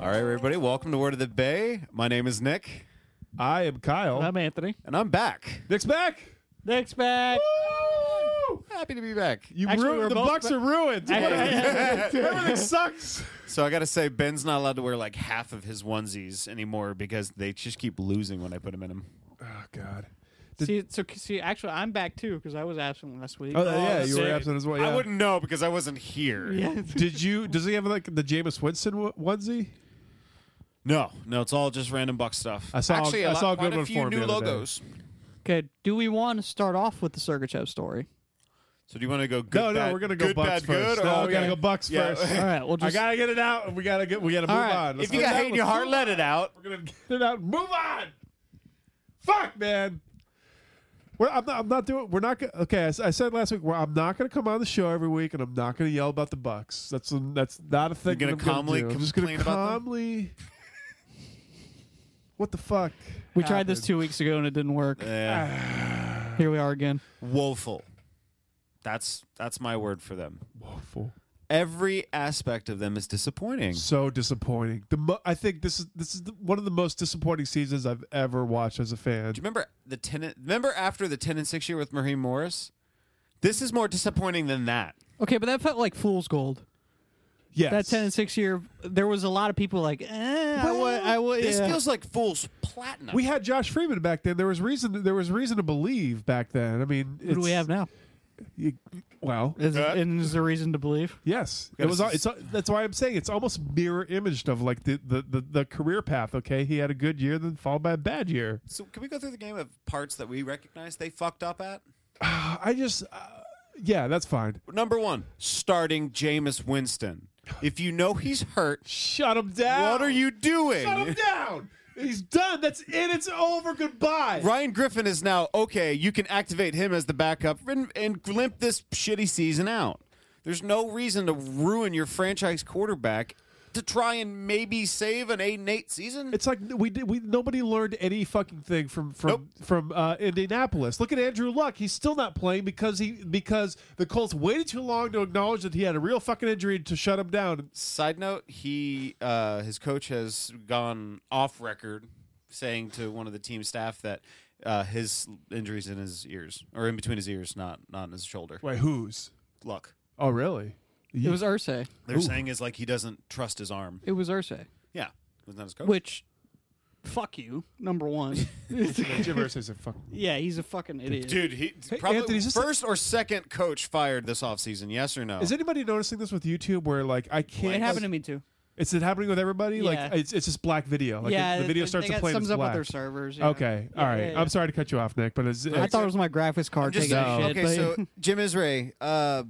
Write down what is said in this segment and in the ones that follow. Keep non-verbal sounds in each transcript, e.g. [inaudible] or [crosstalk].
All right, everybody, welcome to Word of the Bay. My name is Nick, I am Kyle. I'm Anthony. and I'm back. Nick's back. Nick's back. Happy to be back. You Actually, ruined- we're the both Bucks ba- are ruined. [laughs] I- What a- Everything sucks. So I got to say, Ben's not allowed to wear like half of his onesies anymore because they just keep losing when I put them in them. Oh God. see, so see, actually, I'm back too because I was absent last week. Oh, yeah, you were sick. absent as well. Yeah. I wouldn't know because I wasn't here. yeah. Did you? Does he have like the Jameis Winston w- onesie? No, no, it's all just random Buck stuff. I saw- Actually, I lot- saw a quite good one few for him new the other day. logos. Okay. Do we want to start off with the Sergachev story? So do you want to go good? no, bad, no, we're gonna go good, Bucks bad, first. good, or no, all we gotta good? go Bucks Yeah. first. [laughs] All right. We'll just. I gotta get it out, and we gotta get we gotta move All right. on. Let's If you get got it out. hate in your Let's- heart, let it out. We're gonna get it out. and Move on. Fuck, man. We're, I'm not. I'm not doing. We're not. Gonna, okay, I, s- I said last week. Well, I'm not going to come on the show every week, and I'm not going to yell about the Bucks. That's that's not a thing. You're gonna that I'm gonna calmly do. I'm just gonna complain about them? calmly. What the fuck? we tried this happened? two weeks ago and it didn't work. Yeah. [sighs] Here we are again. Woeful. That's that's my word for them. Awful. Every aspect of them is disappointing. So disappointing. The mo- I think this is this is the, one of the most disappointing seasons I've ever watched as a fan. Do you remember the ten? Remember after the ten and six year with Marie Morris? This is more disappointing than that. Okay, but that felt like fool's gold. Yes. That ten and six year, there was a lot of people like, eh, I would, I would. This yeah. feels like fool's platinum. we had Josh Freeman back then. There was reason. There was reason to believe back then. I mean, What do we have now? You, well, Is, Uh, and is there reason to believe? yes, it Gotta was. s- It's that's why I'm saying it's almost mirror imaged of like the, the the the career path. Okay, he had a good year, then followed by a bad year. so can we go through the game of parts that we recognize they fucked up at? I just, uh, yeah, that's fine. Number one, starting Jameis Winston. If you know he's hurt, Shut him down. what are you doing? Shut him down. He's done. That's it. It's over. Goodbye. Ryan Griffin is now okay. You can activate him as the backup and, and limp this shitty season out. There's no reason to ruin your franchise quarterback to try and maybe save an eight and eight season. It's like we did. We nobody learned any fucking thing from from Nope. from uh, Indianapolis. Look at Andrew Luck. He's still not playing because he because the Colts waited too long to acknowledge that he had a real fucking injury to shut him down. Side note: He uh, his coach has gone off record saying to one of the team staff that uh, his injuries in his ears or in between his ears, not not in his shoulder. Wait, who's? Luck. Oh, really? It was Ursay. They're saying is like he doesn't trust his arm. It was Ursay. Yeah, was not his coach. Which, fuck you, number [laughs] one. Jim Irsay said, "Fuck." yeah, he's a fucking idiot. Dude, he probably Anthony, is this first or second coach fired this offseason, yes or no? Is anybody noticing this with YouTube where like I can't? it happened to me too. Is it happening with everybody? Yeah. Like it's it's just black video. Like yeah, the video they- starts to they got- play. and Sums it's up with black. their servers. yeah. Okay, Yeah, all right. yeah, yeah. I'm sorry to cut you off, Nick, but it's, I it's thought it was my graphics card Just- taking a shit. okay, but- so Jim Isray, uh,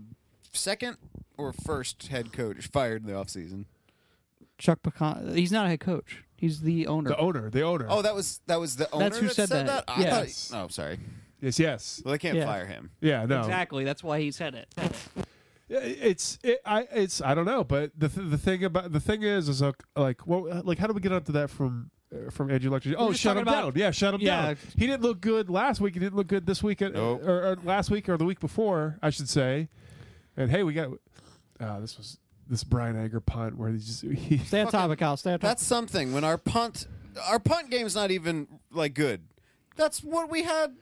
second or first head coach fired in the offseason? [laughs] Chuck Pecan, he's not a head coach. He's the owner. the owner. The owner. Oh, that was that was the owner who that said that. I thought- Yes. oh, sorry. yes, yes. Well, they can't Yeah. fire him. Yeah, no. exactly. That's why he said it. it's it, I it's I don't know, but the th- the thing about the thing is is like, like well uh, like how do we get onto that from uh, from Andrew Luck? Oh, just shut talking him about- down. Yeah, shut him Yeah. down. He didn't look good last week. He didn't look good this week uh, Nope. or, or last week or the week before, I should say. And hey, we got uh, this was this Brian Anger punt where he just [laughs] he, Stay on topic, Kyle. Stay on topic. That's something. When our punt our punt game's not even like good. That's what we had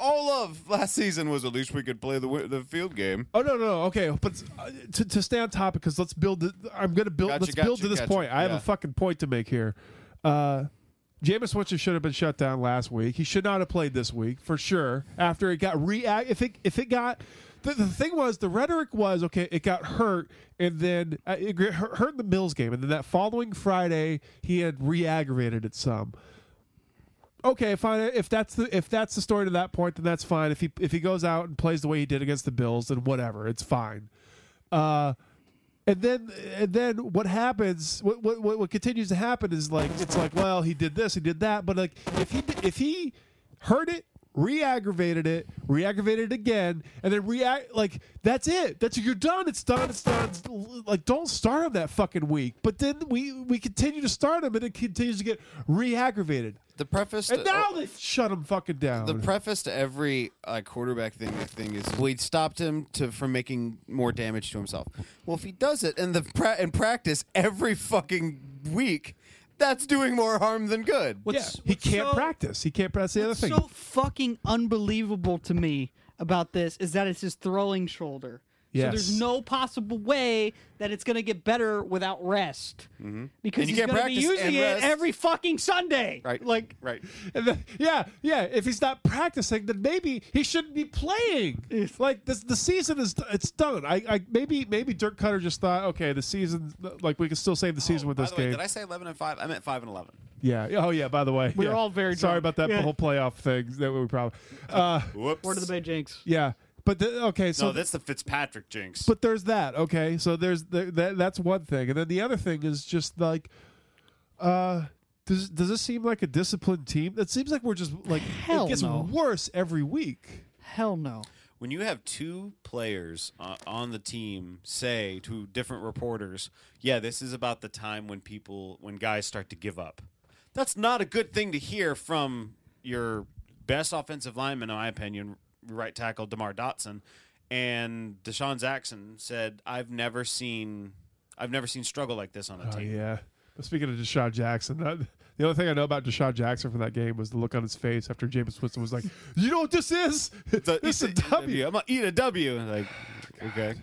all of last season was at least we could play the wi- the field game. Oh no, no, no, okay, but uh, to, to stay on topic because let's build. It, I'm going to build. Gotcha, let's build gotcha, to this gotcha. point. I have Yeah. a fucking point to make here. Uh, Jameis Winston should have been shut down last week. He should not have played this week for sure. After it got react, if it if it got. The, the thing was, the rhetoric was okay. It got hurt, and then uh, it gr- hurt hurt in the Mills game, and then that following Friday, he had re-aggravated it some okay, fine. If that's the if that's the story to that point, then that's fine. If he if he goes out and plays the way he did against the Bills, then whatever, it's fine. Uh, and then and then what happens? What what what what continues to happen is like it's like well he did this, he did that, but like if he if he heard it. Re-aggravated it, re-aggravated it again, and then react like that's it. That's you're done. It's done. It's done. It's, like don't start him that fucking week. But then we we continue to start him, and it continues to get re-aggravated. The preface to- And now they shut him fucking down. the preface to every uh, quarterback thing thing is we stopped him to from making more damage to himself. Well, if he does it in the pra- in practice every fucking week, that's doing more harm than good. yeah, What's- he what's can't so- practice. He can't practice. The other what's thing, so fucking unbelievable to me about this is that it's his throwing shoulder. So Yes. there's no possible way that it's going to get better without rest. Because And you he's can't going to be practice and using it rest. every fucking Sunday. Right. Like right. and then- yeah, yeah. If he's not practicing, then maybe he shouldn't be playing. It's like this, the season is it's done. I, I maybe maybe Dirk Cutter just thought, okay, the season, like we can still save the season with Oh, By this the way, game. did I say eleven and five? I meant five and eleven. yeah. Oh yeah. By the way, We were yeah. all very sorry drunk. about that Yeah. whole playoff thing. That we probably. Uh, Whoops. Word of the Bay Jinx. yeah. But the, okay, so no, that's the Fitzpatrick jinx. But there's that. Okay, so there's the, that. That's one thing, and then the other thing is just like, uh, does does this seem like a disciplined team? It seems like we're just like Hell it gets no. worse every week. Hell no. when you have two players uh, on the team say to different reporters, "Yeah, this is about the time when people when guys start to give up." That's not a good thing to hear from your best offensive lineman, in my opinion, right tackle Demar Dotson, and Deshaun Jackson said, "I've never seen." I've never seen struggle like this on a Oh team. yeah. But speaking of Deshaun Jackson, that, the only thing I know about Deshaun Jackson from that game was the look on his face after James Winston was like, "You know what this is? So this is he a said, W." I'm gonna eat a W. And Like, okay.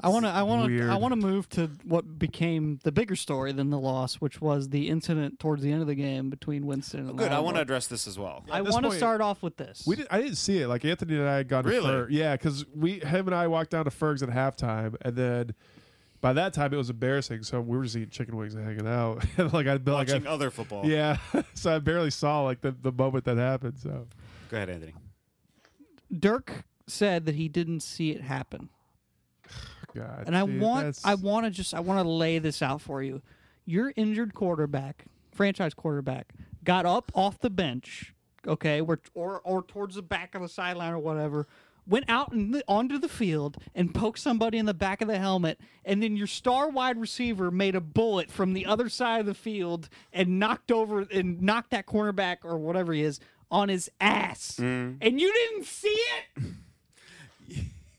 I want to. I want to. Weird. I want to move to what became the bigger story than the loss, which was the incident towards the end of the game between Winston Oh, and. Good. I Lattimore. want to address this as well. I At this want to point- start off with this. We did, I didn't see it. Like Anthony and I had gone Really? to Ferg. Yeah, because we him and I walked down to Ferg's at halftime, and then by that time it was embarrassing. So we were just eating chicken wings and hanging out. [laughs] And, like I'd been like, Watching I- other football. yeah. [laughs] so I barely saw like the, the moment that happened. So Go ahead, Anthony. Dirk said that he didn't see it happen. God, And I dude, want that's- I want to just I want to lay this out for you. Your injured quarterback, franchise quarterback, got up off the bench, okay, or or, or towards the back of the sideline or whatever, went out in the, onto the field and poked somebody in the back of the helmet, and then your star wide receiver made a bullet from the other side of the field and knocked over and knocked that cornerback or whatever he is on his ass. Mm. And you didn't [laughs] see it?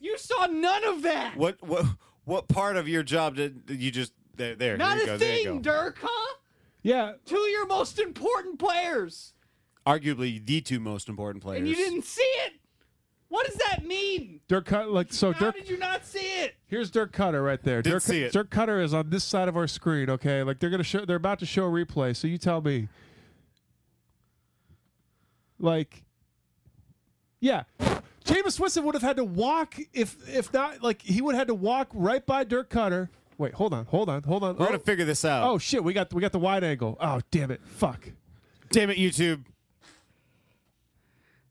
You saw none of that. What what what part of your job did did you just there? there Not here a you go, there you thing, go. Dirk, huh? yeah. Two of your most important players, Arguably the two most important players. and you didn't see it. What does that mean? Dirk Cut like so How Dirk did you not see it? Here's Dirk Cutter right there. Didn't Dirk, see it. Dirk Cutter is on this side of our screen. Okay, like they're gonna show, they're about to show a replay. So you tell me, like, yeah, Jameis Winston would have had to walk if if not like he would have had to walk right by Dirk Cutter. Wait, hold on, hold on, hold on. We're Oh, gonna figure this out. oh shit, we got we got the wide angle. Oh damn it, fuck. damn it, YouTube!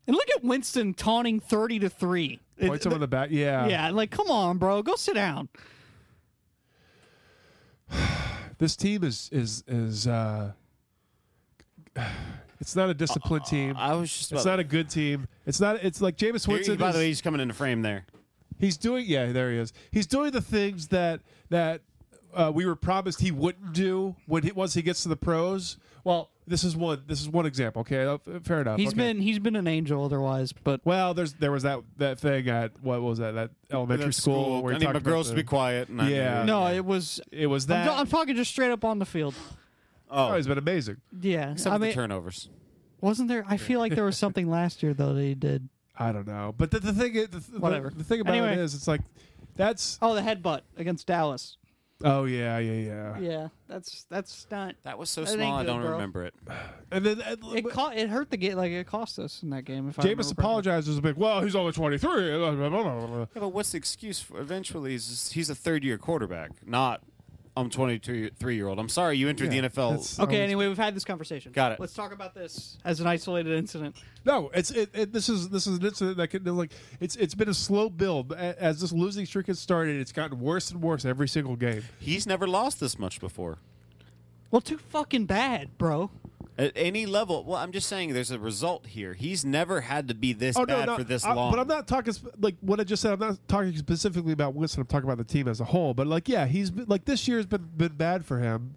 And look at Winston taunting thirty to three. Points him on the back. Yeah, Yeah, like come on, bro, go sit down. This team is is is. uh [sighs] It's not a disciplined team. Uh, I was just. It's not a good team. It's not. It's like Jameis Here, Winston. by is, the way, he's coming into frame there. he's doing. Yeah, there he is. He's doing the things that that uh, we were promised he wouldn't do when he, once he gets to the pros. Well, this is one. This is one example. Okay, uh, f- fair enough. He's okay. been he's been an angel otherwise, but Well, there's there was that that thing at what was that that elementary school, where I he need talked my about girls the- to be quiet. And I- Yeah. no, it was. It was Oh, I'm, that. ta- I'm talking just straight up on the field. oh, he's been amazing. Yeah, Some I of the mean, turnovers. Wasn't there? I feel like there was something last year though that he did. I don't know. But the, the thing, is- the, the- Whatever. The thing about it Anyway. is, it's like that's. Oh, the headbutt against Dallas. Oh yeah, yeah, yeah. Yeah, that's that's not. That was so That ain't small, I good, don't bro. remember it. And then uh, and, It co- it hurt the game. Like it cost us in that game. If Jameis I remember correctly. apologizes a bit. Well, he's only twenty three. Yeah, but what's the excuse for eventually? Is he's a third year quarterback, not I'm 22 three year old. I'm sorry you entered Yeah, the NFL. that's- Okay. Um, Anyway, we've had this conversation. Got it. Let's talk about this as an isolated incident. No, it's it, it. This is this is an incident that can like it's it's been a slow build A- as this losing streak has started. It's gotten worse and worse every single game. He's never lost this much before Well, too fucking bad, bro. at any level. Well, I'm just saying there's a result here. He's never had to be this bad Oh, no, for this I- long. But I'm not talking sp- like what I just said. I'm not talking specifically about Winston. I'm talking about the team as a whole. But like, yeah, he's been, like this year has been been bad for him.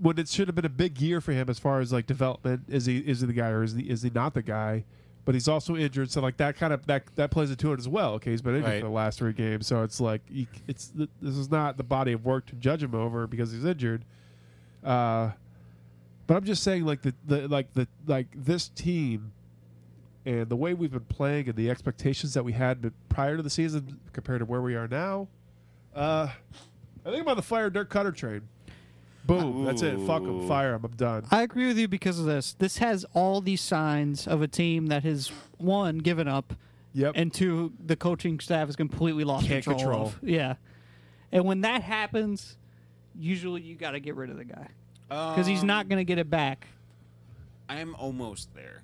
When it should have been a big year for him as far as like development, is he is he the guy or is he is he not the guy? But he's also injured, so like that kind of that that plays into it as well. Okay, he's been injured Right. for the last three games, so it's like you, it's this is not the body of work to judge him over because he's injured. Uh, but I'm just saying, like the, the like the like this team and the way we've been playing and the expectations that we had b- prior to the season compared to where we are now. Uh, I think I'm on the fire Dirk Cutter train. Boom, that's it. Fuck them, fire them. I'm done. I agree with you because of this. This has all these signs of a team that has one given up, Yep. and two the coaching staff has completely lost Can't control. control. of. Yeah, and when that happens, usually you got to get rid of the guy because he's not going to get it back. I'm almost there.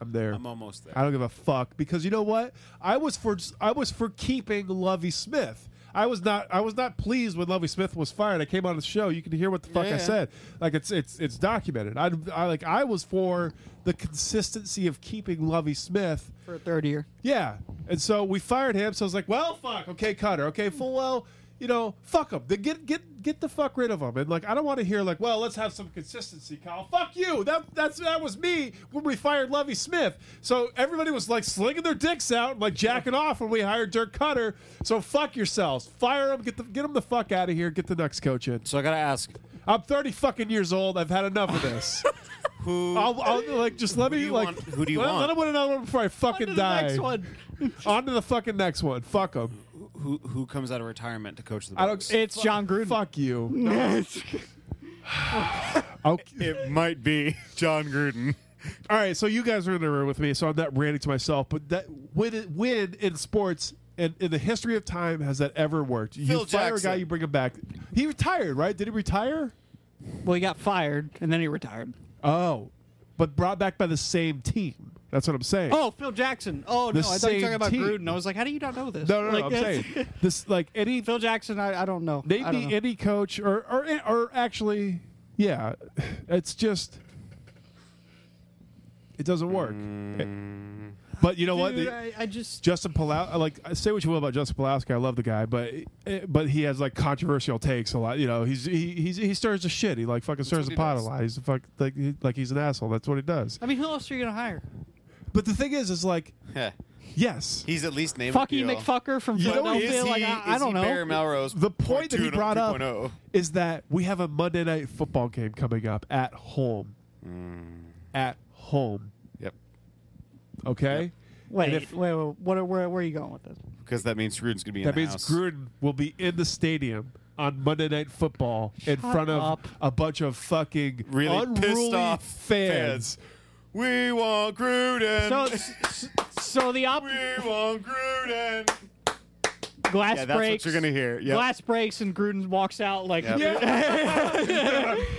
I'm there. I'm almost there. I don't give a fuck because you know what? I was for I was for keeping Lovey Smith. I was not I was not pleased when Lovey Smith was fired. I came on the show. You can hear what the fuck I Yeah. said. Like it's it's it's documented. I, I like I was for the consistency of keeping Lovey Smith. for a third year. Yeah, and so we fired him. So I was like, well, fuck. Okay, Cutter. Okay, full well. You know, fuck him. Then get get get the fuck rid of him. And like, I don't want to hear like, well, let's have some consistency, Kyle. Fuck you. That that's that was me when we fired Lovey Smith. So everybody was like slinging their dicks out and like jacking off when we hired Dirk Cutter. So fuck yourselves. Fire him. Get the get him the fuck out of here. Get the next coach in. so I gotta ask, I'm 30 fucking years old. I've had enough of this. [laughs] who I'll, I'll like just let Who do me you like want- who do you let, want? let him win another one before I fucking the die. next [laughs] one. [laughs] On to the fucking next one. Fuck him. who who comes out of retirement to coach the I don't. Bucks? It's John Gruden. Fuck you. [laughs] Okay. it might be [laughs] John Gruden. All right. So you guys are in the room with me, so I'm not ranting to myself. But that when it, when in sports and in the history of time has that ever worked? You Phil fire Jackson. a guy, you bring him back. He retired, right? Did he retire? Well, he got fired and then he retired. Oh, but brought back by the same team. That's what I'm saying. Oh, Phil Jackson. Oh The no, I thought you were talking same about team. Gruden. I was like, how do you not know this? no, no, no. Like, I'm that's- saying [laughs] this like any [laughs] Phil Jackson. I, I don't know. I don't Name me know. any coach, or, or or actually, yeah, it's just it doesn't work. But you know what? Mm. Dude, The- I, I just Justin Pulowski, like say what you will about Justin Pulowski, I love the guy, but eh, but he has like controversial takes a lot. You know, he's he he's, he stirs the shit. He like fucking stirs what the he pot does. a lot. He's a fuck like he, like he's an asshole. That's what he does. I mean, who else are you gonna hire? But the thing is, is like yes, He's at least named. Fucky Deal. McFucker from You know, Philadelphia. is like I, I is don't he know. Barry Melrose. oh, the point that he 2.0? brought up is that we have a Monday night football game coming up at home. Hmm. At home. Yep, Okay? Wait, And if- wait, wait, what? are- Where, where are you going with this? because that means Gruden's gonna be. in That the means house. Gruden will be in the stadium on Monday night football in Shut front of up. a bunch of fucking really pissed unruly off fans. We want Gruden. So, s- [laughs] s- so the [laughs] op- we want Gruden. glass Yeah, that's breaks. what you're gonna hear. Yep. Glass breaks and Gruden walks out like [laughs] Yep.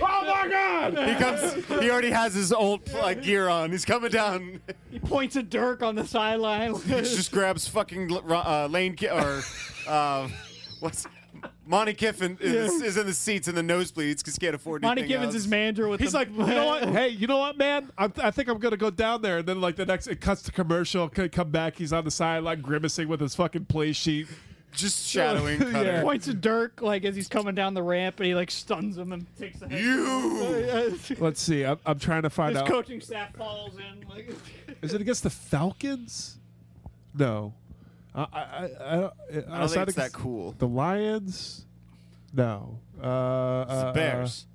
oh my god! He comes. He already has his old like gear on. He's coming down. he points at Dirk on the sideline. He just grabs fucking uh, Lane Ki- or uh, what's Monty Kiffin is, is in the seats in the nosebleeds because he can't afford. [laughs] Monty anything Gibbons else. is manager with. He's the- like, you know [laughs] what? Hey, you know what, man? I, I think I'm gonna go down there, and then like the next, it cuts to commercial. c- Come back, he's on the sideline grimacing with his fucking play sheet. just shadowing Cutter. points at Dirk like as he's coming down the ramp and he like stuns him and takes the head. You. His Let's see. I'm, I'm trying to find out. coaching staff falls in. Like, Is it against the Falcons? No. I I I, I, don't- uh, I don't think outside it's of- that cool. The Lions? No. Uh, uh, Bears.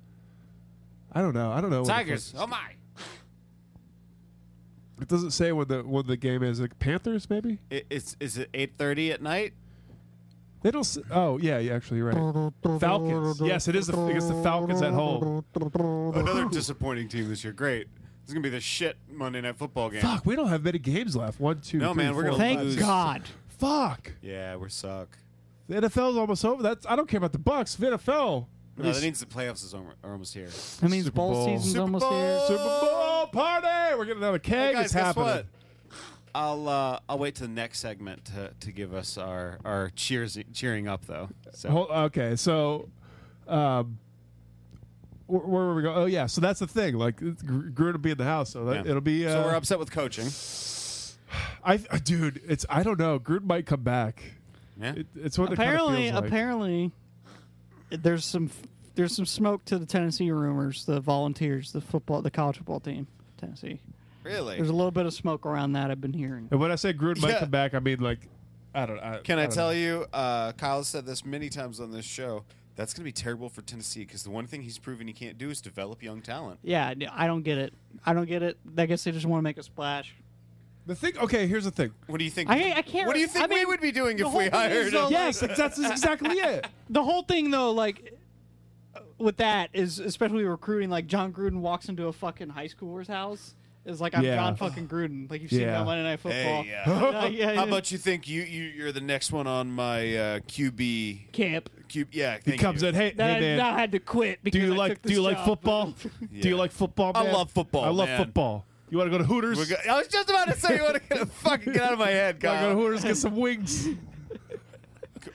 uh, I don't know. I don't know. what the Tigers. fuck- Oh my. It doesn't say when the when the game is. Like Panthers, maybe It, it's is it eight thirty at night? they don't. s oh yeah, yeah, actually, you're right. Falcons. Yes, it is. The, it's the Falcons at home. Another disappointing team this year. Great. This is gonna be the shit Monday night football game. Fuck, we don't have many games left. One, two, No, three, man, we're gonna four, five, Thank lose. six. God. Fuck. Yeah, we suck. The NFL is almost over. That's I don't care about the Bucks. The NFL. No, that means the playoffs is almo- are almost here. That means Super bowl Bowl. season's Super almost here. Bowl. Super Bowl party. We're getting another keg. Hey guys, it's guess happening. what? I'll uh, I'll wait to the next segment to, to give us our our cheers cheering up though. So Hol- okay, so, um, where, where were we going? Oh yeah, so that's the thing. Like it's- Gr- Gruden will be in the house, so that, yeah. it'll be. Uh, so we're upset with coaching. I, I- dude, it's I don't know. Gruden might come back. Yeah. It, it's what apparently, it kinda feels like. apparently, there's some there's some smoke to the Tennessee rumors. The Volunteers, the football, the college football team, Tennessee. really? There's a little bit of smoke around that I've been hearing. And when I say Gruden might Yeah. come back, I mean like, I don't. I, Can I, don't tell know. you? Uh, Kyle said this many times on this show. That's going to be terrible for Tennessee because the one thing he's proven he can't do is develop young talent. Yeah, I- I don't get it. I don't get it. I guess they just want to make a splash. the thing? Okay, here's the thing. What do you think? I- I can't- What do you think I mean, we would be doing the if we whole thing is, uh, hired though, him? Yes, that's, that's exactly [laughs] it. The whole thing, though, like uh, with that is especially recruiting. Like John Gruden walks into a fucking high schooler's house. Is like I'm Yeah. John fucking Gruden. Like you've seen Yeah. that Monday Night Football. Hey, yeah. [laughs] Like, yeah, How yeah. about you think you, you you're the next one on my uh, QB? camp? Q, yeah, He thank comes you. in. Hey, That hey man. I, that I had to quit because do you I like took Do you this like job. [laughs] [laughs] football? Do Yeah. you like football? I man? love football, I love man. football. You want to go to Hooters? We're go- I was just about to say you want to get a fucking get out of my head, [laughs] Gotta go to Kyle. Hooters, get some wings.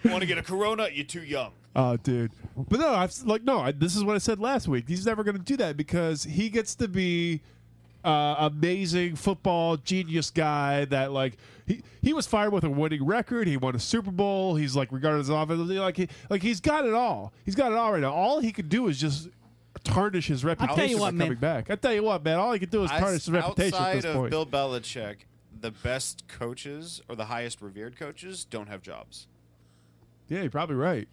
want to get a Corona? You're too young. Oh, dude. But no, I've like no. I, this is what I said last week. He's never going to do that because he gets to be uh, amazing football genius guy. That like he he was fired with a winning record. He won a Super Bowl. He's like regarded as offensive. Like he like he's got it all. He's got it all right now. All he could do is just tarnish his reputation tell you for what, man. coming back. I tell you what, man. All he could do is I- tarnish his reputation outside at this of point. Bill Belichick, the best coaches or the highest revered coaches don't have jobs. yeah, you're probably right.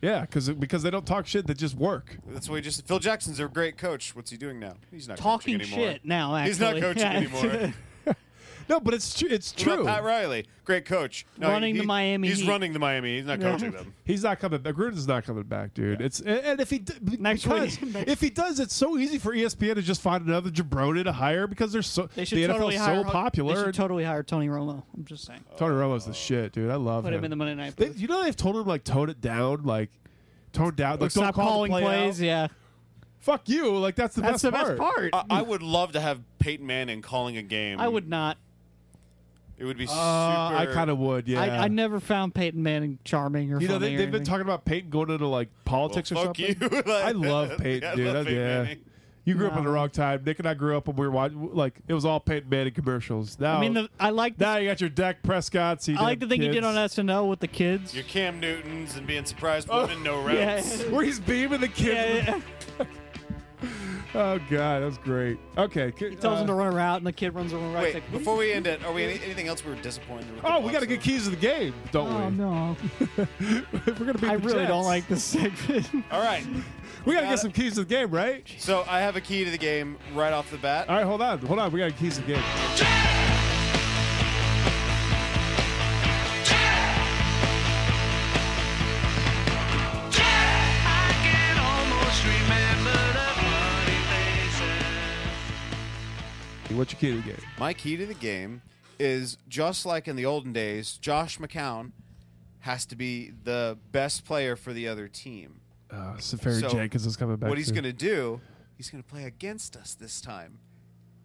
Yeah, because because they don't talk shit. They just work. That's why he just Phil Jackson's a great coach. What's he doing now? He's not Talking coaching anymore. shit now. Actually, He's not coaching [laughs] Yeah. anymore. No, but it's tr- it's What about true. Pat Riley, great coach. Running the Miami He's Heat. running the Miami. He's not Yeah. coaching them. He's not coming. back. Gruden's not coming back, dude. It's and and if he d- b- Next because week. [laughs] Next- if he does, it's so easy for E ESPN to just find another jabroni to hire because they're so They should the totally NFL's hire. so popular. They should and totally hire Tony Romo. I'm just saying. Tony Romo's the shit, dude. I love Put him in the Monday night. They, booth. you know they've told him like tone it down, like tone down. Like Stop don't call calling the play plays. out. Yeah, Fuck you. Like that's the that's best the part. best part. I, I would love to have Peyton Manning calling a game. I would not. It would be Uh, I super. kind of would. Yeah. I, I never found Peyton Manning charming or you know funny they, or they've been anything. talking about Peyton going into like politics Well, or fuck something. you. [laughs] Like, I love yeah, I Peyton, dude. love That's- Peyton yeah. Manning. You grew up in the No. wrong time. Nick and I grew up when we were watching, like it was all Peyton Manning commercials. Now, I mean, the, I like the, now you got your Dak Prescott's. you I like the damn thing he did kids. on SNL with the kids. Your Cam Newtons and being surprised Oh, women no routes. Yeah. where he's beaming the kids. [laughs] Yeah, yeah. [laughs] [laughs] Oh god, that's great. Okay, uh, He tells him to run around, and the kid runs around. Wait, like, before we end it, are we any, anything else we were disappointed with? the Oh, we got to Bucs? get keys to the game, don't oh we? no, if [laughs] we're gonna beat I the really don't Jets, like [laughs] this segment. All right. We gotta Got get it. some keys to the game, right? So I have a key to the game right off the bat. All right, hold on, hold on. We got keys to the game. What's your key to the game? My key to the game is just like in the olden days, Josh McCown has to be the best player for the other team. Uh, Safari So, Jenkins is coming back. what he's too. going to do, he's going to play against us this time.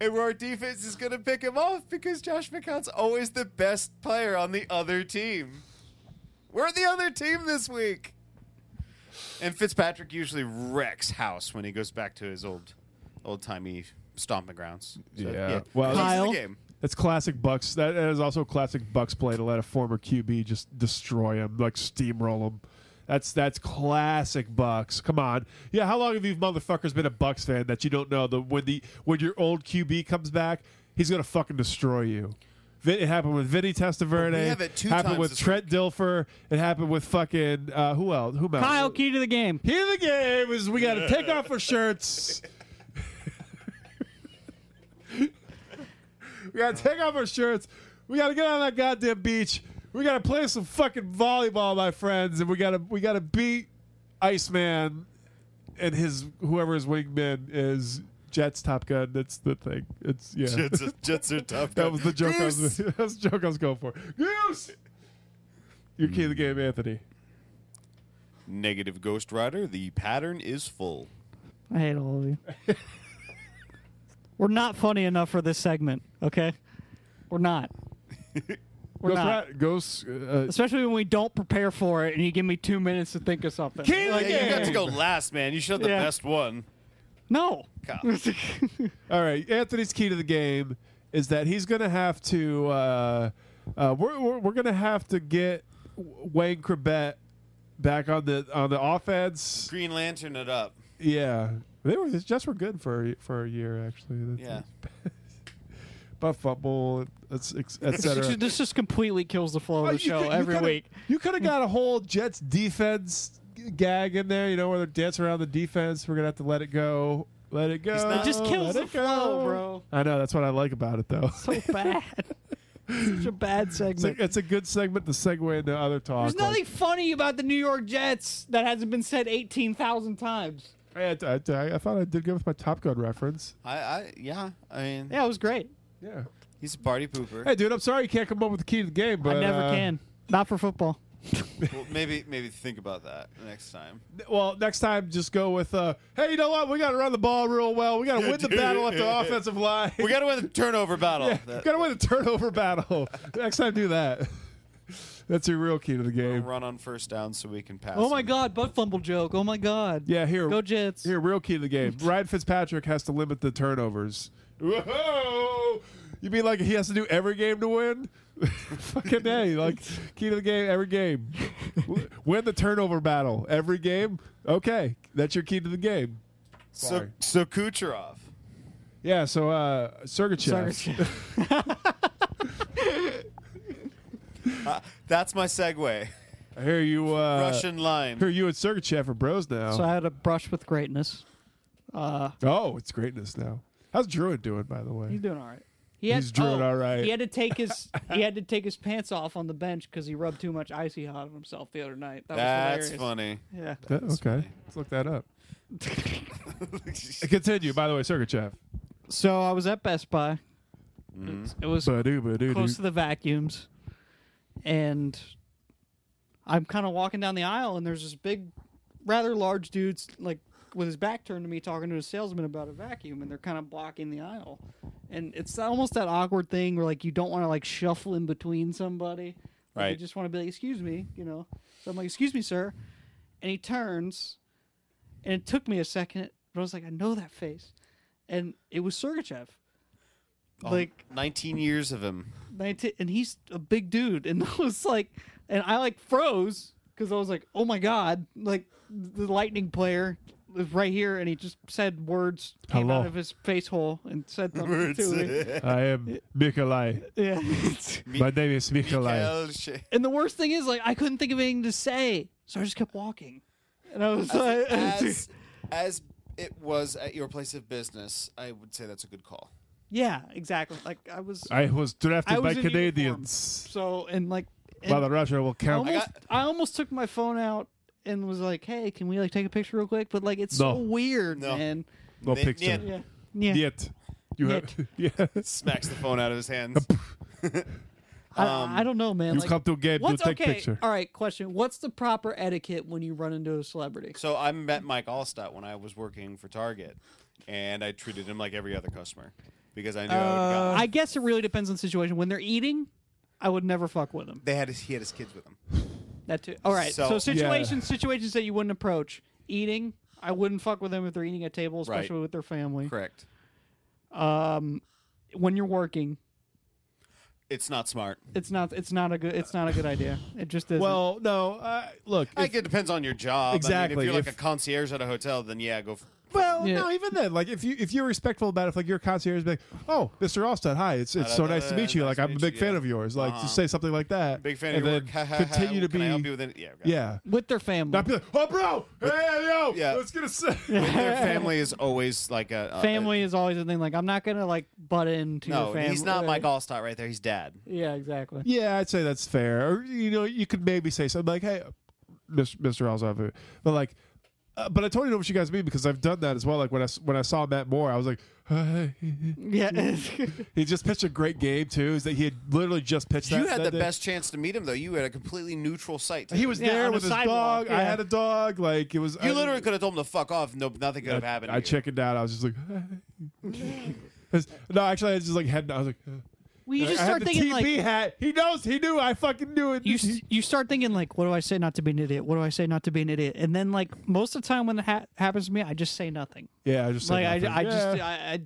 And our defense is going to pick him off because Josh McCown's always the best player on the other team. We're the other team this week. And Fitzpatrick usually wrecks house when he goes back to his old old timey stomping grounds. So, Yeah. yeah. Well, Keys to the Kyle? game. That's classic Bucks. That that is also classic Bucks play to let a former QB just destroy him, like steamroll him. That's that's classic Bucks. Come on, yeah. How long have you motherfuckers been a Bucks fan that you don't know that when the when your old QB comes back, he's gonna fucking destroy you. Vi- It happened with Vinny Testaverde. But we have it two happened times with this Trent Dilfer. It happened with fucking uh, who else? Who else? Kyle, key to the game. Here the game is we got to take off our shirts. we We gotta take off our shirts. We gotta get on that goddamn beach. We gotta play some fucking volleyball, my friends, and we gotta we gotta beat Iceman and his whoever his wingman is. Jets Top Gun. That's the thing. It's yeah. Jets, jets [laughs] are tough. That was the joke. I was, Goose! [laughs] that was the joke I was going for. Goose. Your key of the game, Anthony. Negative Ghost Rider. The pattern is full. I hate all of you. We're not funny enough for this segment, okay? We're not. We're Ghost, not. Ri- Ghost uh, Especially when we don't prepare for it and you give me two minutes to think of something. Key of the Hey, you got to game! go last, man. You should have the Yeah. best one. No. God. All right, Anthony's key to the game is that he's going to have to. Uh, uh, we're we're, we're going to have to get Wayne Krebet back on the on the offense. Green Lantern it up. Yeah, they were the Jets were good for a- for a year actually. That's- Yeah. but fumble, [laughs] etc. This just completely kills Oh, the flow of the show every week. You could have got a whole Jets defense g- gag in there. You know where they're dancing around the defense. We're gonna have to let it go. Let it go. not- It just let kills the it go. flow, bro. I know. That's what I like about it, though. [laughs] So bad. Such a bad It's segment. a, it's a good segment to segue into other talk. There's nothing funny about the New York Jets that hasn't been said 18,000 times. Like, I, I- I- I thought I did good with my Top Gun reference. I, I, yeah. I mean, Yeah, it was great. Yeah. he's a party pooper. Hey, dude, I'm sorry you can't come up with the key to the game, but I never uh, can. Not for football. Well, maybe, maybe think about that next [laughs] time. Well, next time just go with, uh, hey, you know what? We got to run the ball real well. We got to win the dude. battle at the offensive line. [laughs] We got to win the turnover battle. That- got to win the turnover battle. next time, do that. [laughs] That's your real key to the game. run on first down so we can pass. Oh my him. god, butt fumble joke. Oh my god. Yeah, here. Go Jets. Here, real key to the [laughs] game. Ryan Fitzpatrick has to limit the turnovers. Whoa! You mean like he has to do every game to win? [laughs] Fucking hey, like key to the game, every [laughs] game. W- Win the turnover battle every game. Okay, that's your key to the game. So, Sorry. so Kucherov. Yeah. So uh, Sergachev. Sorry. uh, That's my segue. I hear you. Uh, Russian I hear line. you and Sergachev are bros now. so I had a brush with greatness. Uh, oh, it's greatness now. How's Druid doing, by the way? He's doing all right. He had, oh, He's doing all right. He had to take [laughs] his he had to take his pants off on the bench because he rubbed too much icy hot on himself the other night. That was That's funny. hilarious. Yeah. Yeah, okay, let's look that up. Continue. By the way, Sergachev. So I was at Best Buy. It's- It was Ba-doo, ba-doo, close doo. to the vacuums, and I'm kind of walking down the aisle, and there's this big, rather large dude, like with his back turned to me, talking to a salesman about a vacuum, and they're kind of blocking the aisle, and it's almost that awkward thing where like you don't want to like shuffle in between somebody, Like, You Right. just want to be like, "Excuse me," you know. So I'm like, "Excuse me, sir," and he turns, and it took me a second, but I was like, "I know that face," and it was Sergachev. Like 19 Oh, years of [laughs] him. 19 and he's a big dude and [laughs] I was like and I like froze because I was like oh my god like the lightning player is right here and he just said words came Hello. out of his face hole and said something to me [laughs] I am Mikolai. yeah My name is Mikolai. Hell [laughs] shit. and the worst thing is like I couldn't think of anything to say so I just kept walking and I was like [laughs] As, as it was at your place of business, I would say that's a good call. yeah exactly like I was I was drafted I was by in Canadians. so and like and Oh, While the Russia will I count. almost, I almost took my phone out and was like, "Hey, can we like take a picture real quick?" But like, it's so No. weird, No. man. no They- picture. yeah. Yeah, yeah. Yet. You have, [laughs] yeah. Smacks the phone out of his hands. I, um, I don't know, man. You like, come to a game to what's take okay? picture. All right, question. What's the proper etiquette when you run into a celebrity? So I met Mike Allstott when I was working for Target, and I treated him like every other customer because I knew Uh, I would. I guess it really depends on the situation. When they're eating, I would never fuck with them. They had his, he had his kids with him. That too. All right. So, So- situations, situations that you wouldn't approach. Eating, I wouldn't fuck with them if they're eating at table, Right. especially with their family. Correct. When you're working, It's not smart. it's not. It's not a good. It's not a good idea. It just isn't. Well, no. Uh, look, I think it depends on your job. I mean, Exactly, if you're like if- a concierge at a hotel, then yeah, go. f- Well, Well, Yeah. no, even then, like if you if you're respectful about it, if, like your concierge, is like, oh, Mr. Allstott, hi, it's it's so da, da, nice to meet you. nice Like to I'm a meet big you, fan yeah. Uh-huh. of yours. Like just say something like that. Big fan and of your then work. Ha, ha, ha. continue to Can I help you be. with any- Yeah, okay. Yeah. with their family. Not be like, oh, bro, hey, yo, Yeah. let's get a set. [laughs] Their family is always like a, a- family is always a thing. Like I'm not gonna like butt into No, your family. he's not Mike Allstott right there. He's dad. Yeah, exactly. [laughs] Yeah, I'd say that's fair. Or you know, you could maybe say something like, "Hey, Mis- Mr. Alzheimer," but like, uh, but I totally know what you guys mean because I've done that as well. Like when I s- when I saw Matt Moore, I was like, [laughs] "Hi." Yeah, he just pitched a great game too. Is that he had literally just pitched? You that- had that the day. best chance to meet him though. You had a completely neutral site. to He him. was Yeah, there on with the his sidewalk, dog. I yeah. had a dog. Like it was. You literally could have told him to fuck off. No, nothing could have happened. to I you. chickened out. I was just like. [laughs] "Hi." no, actually, I was just like heading. I was like, well, you just I had start the thinking TB like hat. He knows. He knew. I fucking knew it. you. s- You start thinking like, what do I say not to be an idiot? What do I say not to be an idiot? And then like most of the time when that ha- happens to me, I just say nothing. yeah, I just said Like I, nothing. I just, Yeah. I, I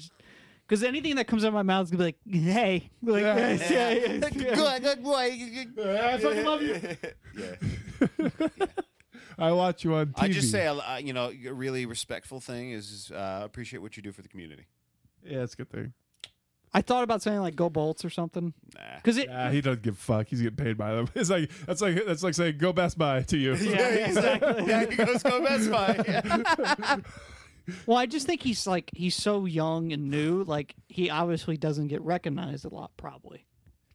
because anything that comes out of my mouth is gonna be like, hey, [laughs] like, Yeah. yes, yeah, yeah, [laughs] yeah. Good, good boy. I fucking [laughs] love you. I watch you on TV. I just say, uh, you know, a really respectful thing is uh, appreciate what you do for the community. yeah, it's a good thing. I thought about saying like, go Bolts or something. Nah. Because it, Yeah, he doesn't give a fuck. He's getting paid by them. [laughs] It's like that's like that's like saying go Best Buy to [laughs] you. [laughs] Yeah, exactly. yeah, he goes go Best [laughs] Buy. Yeah. Well, I just think he's like he's so young and new. Like he obviously doesn't get recognized a lot, probably,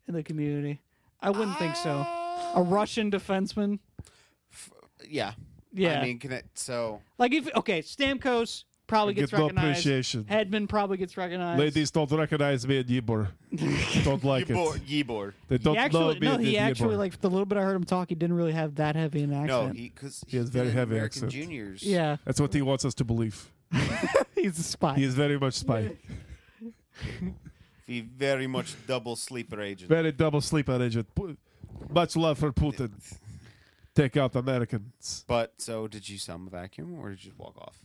in the community. I wouldn't think so. A Russian defenseman, yeah. Yeah. I mean, can it, so like if okay, Stamkos probably Get gets no recognized. appreciation. Hedman probably gets recognized. Ladies don't recognize me [laughs] at Yibor. don't like Yibor, it. Yibor. They he don't know actually me no, at he Yibor. actually like the little bit I heard him talk, he didn't really have that heavy an accent. No, he because He has very heavy American accent. juniors. yeah, That's what he wants us to believe. he's a spy. He is very much spy, [laughs] he very much double sleeper agent. very double sleeper agent. Pu- Much love [laughs] for Putin. Take out Americans. But so did you sound vacuum or did you just walk off?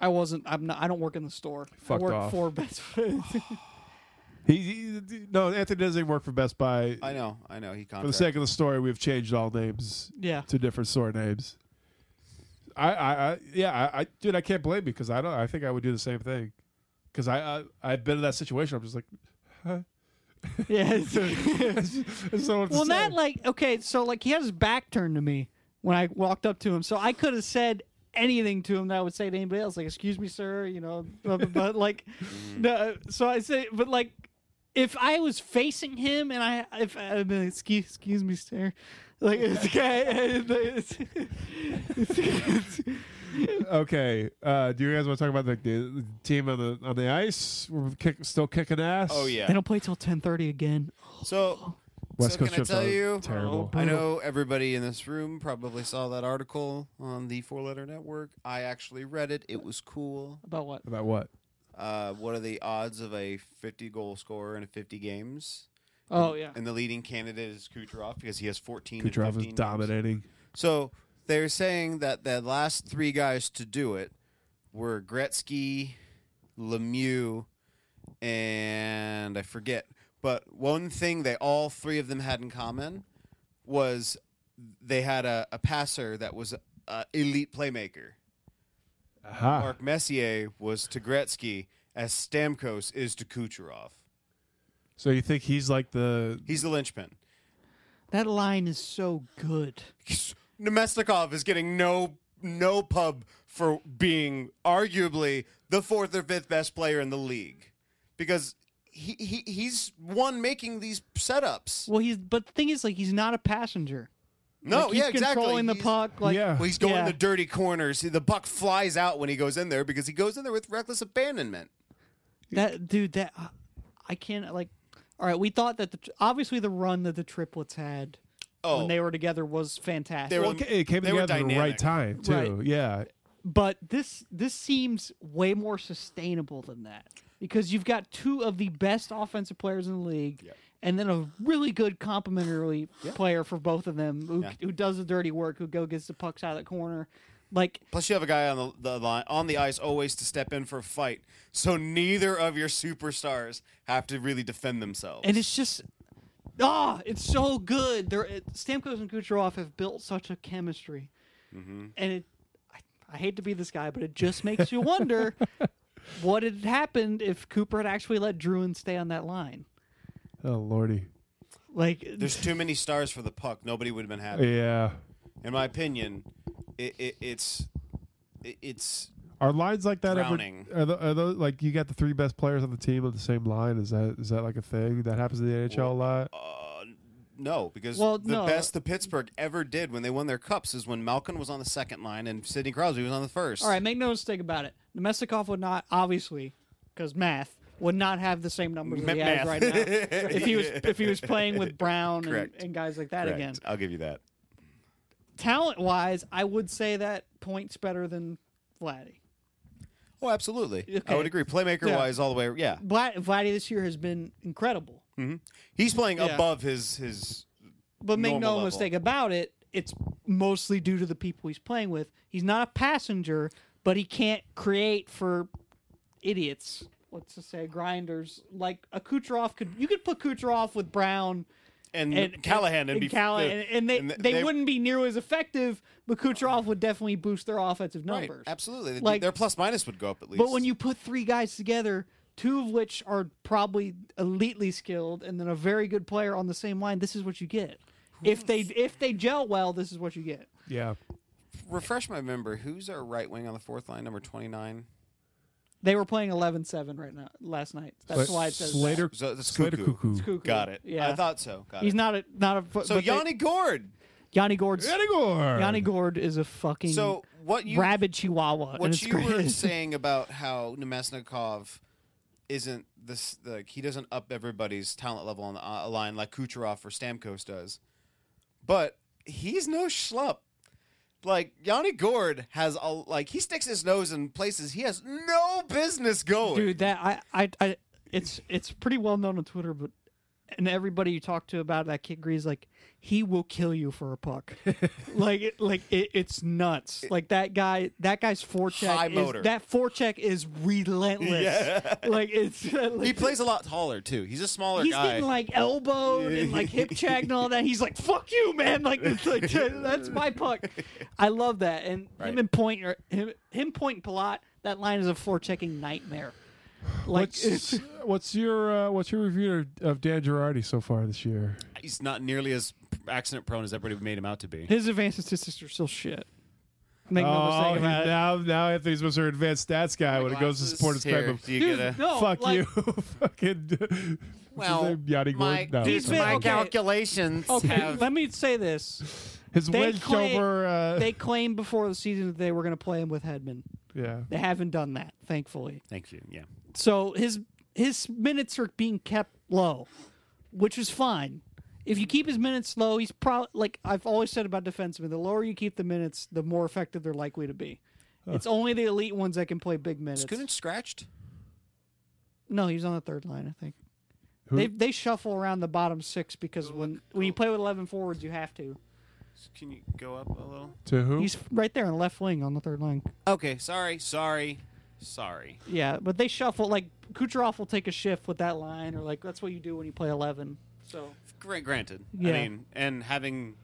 I wasn't. I'm not. I don't work in the store. Fucked I work off. for Best Food. [laughs] He, he- no, Anthony doesn't even work for Best Buy. I know, I know. He For the contract. sake of the story, we've changed all names yeah, to different store names. I, I, I yeah, I, I, dude, I can't blame you because I don't. I think I would do the same thing because I, I, I've been in that situation. I'm just like, [laughs] yeah. so Well, not like okay, so like he had his back turned to me when I walked up to him, so I could have said anything to him that I would say to anybody else, like "Excuse me, sir," you know. But, [laughs] but like, no, so I say, but like, if I was facing him and I, if I'd been like, "Excuse, excuse me, sir," like it's [laughs] okay. it's- it's- okay. Uh, do you guys want to talk about like the team on the on the ice? We're kick, still kicking ass. oh yeah. they don't play till ten thirty again. So West So Coast can I trips tell are you- terrible. Oh, I know everybody in this room probably saw that article on the Four Letter Network. I actually read it. It was cool. About what? about what? Uh, what are the odds of a 50 goal scorer in 50 games? Oh yeah. And the leading candidate is Kucherov because he has 14. in Kucherov 15 is games. dominating. So they're saying that the last three guys to do it were Gretzky, Lemieux, and I forget. But one thing they all three of them had in common was they had a, a passer that was an elite playmaker. Uh, Aha. Mark Messier was to Gretzky as Stamkos is to Kucherov. So you think he's like the? He's the linchpin. That line is so good. Nemesnikov is getting no no pub for being arguably the fourth or fifth best player in the league because he, he he's one making these setups. Well, he's but the thing is, like, he's not a passenger. No, Like, he's yeah, exactly. Controlling the He's- puck, like Yeah. Well, he's going Yeah. the dirty corners. The buck flies out when he goes in there because he goes in there with reckless abandonment. That dude, that uh, I can't like. All right, we thought that the, obviously the run that the triplets had Oh, when they were together was fantastic. They were- Well, it ca- it came They were together at the dynamic. right time too. Right. Yeah. but this this seems way more sustainable than that because you've got two of the best offensive players in the league. And then a really good complimentary player for both of them, who, who does the dirty work, who go gets the pucks out of the corner, like Plus, you have a guy on the, the line on the ice always to step in for a fight, so neither of your superstars have to really defend themselves. and it's just ah, it's so Mm-hmm. good. They're, it, Stamkos and Kucherov have built such a chemistry, and it, I, I hate to be this guy, but it just makes you [laughs] wonder what had happened if Cooper had actually let Druin stay on that line. Oh lordy. Like, There's too many stars for the puck. Nobody would have been happy. Yeah. In my opinion, it, it, it's it, it's Are lines like that Drowning. ever? Are, tho- are those like you got the three best players on the team on the same line? Is that is that like a thing that happens in the NHL a lot? uh, no because Well, the no. best the Pittsburgh ever did when they won their cups is when Malkin was on the second line and Sidney Crosby was on the first. all right, make no mistake about it. Nemestikov would not, obviously, because math, would not have the same numbers that he Ma- math. has right [laughs] now if he was if he was playing with Brown and, Correct. and guys like that Correct. again. I'll give you that. Talent wise, I would say that points better than Vladdy. Oh, absolutely. I Okay. would agree. Playmaker wise, all the way. Yeah, Vlad, Vladdy this year has been incredible. he's playing Yeah. above his his. But make normal no level. mistake about it, it's mostly due to the people he's playing with. He's not a passenger, but he can't create for idiots. Let's just say grinders like a Kucherov could. You could put Kucherov with Brown And, and Callahan and, be- Callahan, and, and they, and th- they wouldn't be near as effective. But Kucherov would definitely boost their offensive Right, numbers. absolutely. They- Like- their plus minus would go up at least. But when you put three guys together, two of which are probably elitely skilled, and then a very good player on the same line, this is what you get. If they if they gel well, this is what you get. Yeah. refresh my memory, who's our right wing on the fourth line, number twenty nine? They were playing 11-7 right now last night. That's Sla- why it says that. Slater. So that's Slater cuckoo. cuckoo. Cuckoo. Got it. Yeah, I thought so. Got he's it. not a not a. So but they- Yanni Gord. Yanni Gord's Yanni, Igor. Gord is a fucking So what you rabid Chihuahua. and what it's you great. were saying about how Nemesnikov isn't this like he doesn't up everybody's talent level on the uh, line like Kucherov or Stamkos does, but he's no schlump. Like Yanni Gord has a like he sticks his nose in places he has no business going. dude that I, I i it's it's pretty well known on twitter but and everybody you talk to about that kid agrees like he will kill you for [laughs] a puck like it, like it, it's nuts like that guy that guy's forecheck High is, motor. that forecheck is [laughs] relentless like it's [laughs] like, He plays a lot taller too. He's a smaller He's guy. getting like elbowed and like hip checked and all that. He's like, "Fuck you, man!" Like, [laughs] it's like that's my puck. I love that. And him and point or him him pointing Palat. That line is a forechecking nightmare. Like, [laughs] it's, What's, what's your uh, what's your review of Dan Girardi so far this year? he's not nearly as accident prone as everybody made him out to be. his advanced statistics are still shit. Make no oh, mistake he- about it. now now Anthony's was her advanced stats guy when it goes to support his Here, spectrum. do you Dude, get a- no, Fuck like, you, [laughs] fucking. Well, Yanni my- Gord. No, He's it's not. been- okay. calculations Okay, let me say this: his they wedge claim- over. Uh, they claimed before the season that they were going to play him with Hedman. yeah. They haven't done that, thankfully. Thank you. Yeah. So his his minutes are being kept low, which is fine. If you keep his minutes low, he's probably like I've always said about defensemen. The lower you keep the minutes, the more effective they're likely to be. It's only the elite ones that can play big minutes. Schoonin scratched. No, he's on the third line, I think. They they shuffle around the bottom six because when when you play with eleven forwards, you have to. Can you go up a little? To who? He's right there in left wing on the third line. Okay. Sorry. Sorry. Sorry. Yeah, but they shuffle like Kucherov will take a shift with that line, or like that's what you do when you play eleven. So Gra- granted. Yeah. I mean, and having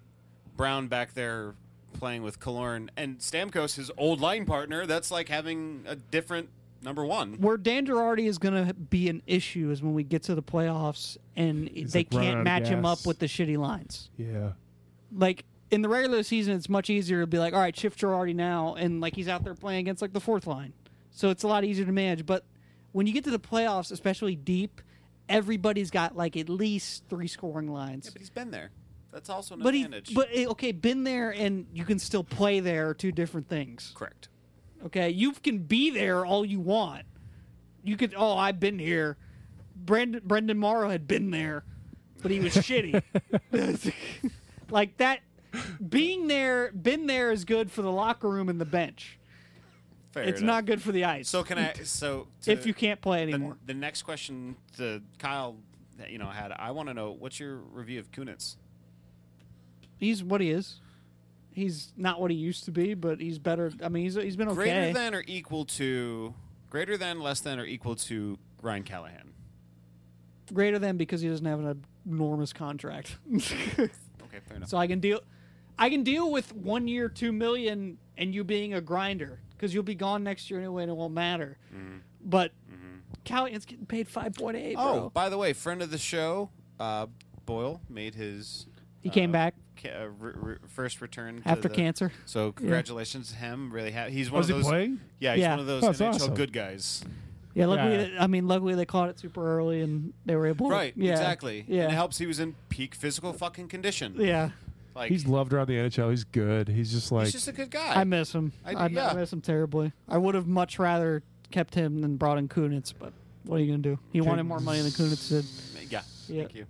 Brown back there playing with Kalorn and Stamkos, his old line partner, that's like having a different number one. where Dan Girardi is going to be an issue is when we get to the playoffs and they like, running out can't of match him up gas. with the shitty lines. yeah. Like in the regular season, it's much easier to be like, all right, shift Girardi now, and like he's out there playing against like the fourth line, so it's a lot easier to manage. But when you get to the playoffs, especially deep, everybody's got like at least three scoring lines. But he's been there. That's also an but he, advantage. but eh, okay, been there, and you can still play there. Are two different things. Correct. Okay, you can be there all you want. You could. Oh, I've been here. Brendan Brendan Morrow had been there, but he [laughs] was shitty. [laughs] like that. Being there, been there is good for the locker room and the bench. Fair it's not good for the ice. So can I? So if to- you can't play the- anymore, The, next question to Kyle, that you know, had I want to know what's your review of Kunitz? he's what he is. He's not what he used to be, but he's better. I mean, he's he's been okay. Greater than or equal to? Greater than, less than, or equal to Ryan Callahan? Greater than because he doesn't have an enormous [laughs] contract. Okay, fair enough. So I can deal I can deal with one year two million and you being a grinder because you'll be gone next year anyway and it won't matter. Mm-hmm. But Callahan's getting paid five point eight. Oh, bro. by the way, friend of the show, uh, Boyle made his he came back. ca- uh, re- re- first return to After the- cancer. So congratulations to him. Really happy. He's one Oh, of is he those. playing? Yeah, he's Yeah. one of those Oh, that's NHL awesome. good guys. Yeah, luckily, Yeah. that- I mean, luckily they caught it super early and they were able. Right. to, yeah, Exactly. Yeah, And it helps. He was in peak physical fucking condition. yeah. Like He's loved around the NHL. He's good. He's just like he's just a good guy. I miss him. I I, do- mi- yeah. miss him terribly. I would have much rather kept him than brought in Kunitz, but what are you gonna do? He wanted more money than Kunitz did. yeah. Yeah. Thank you.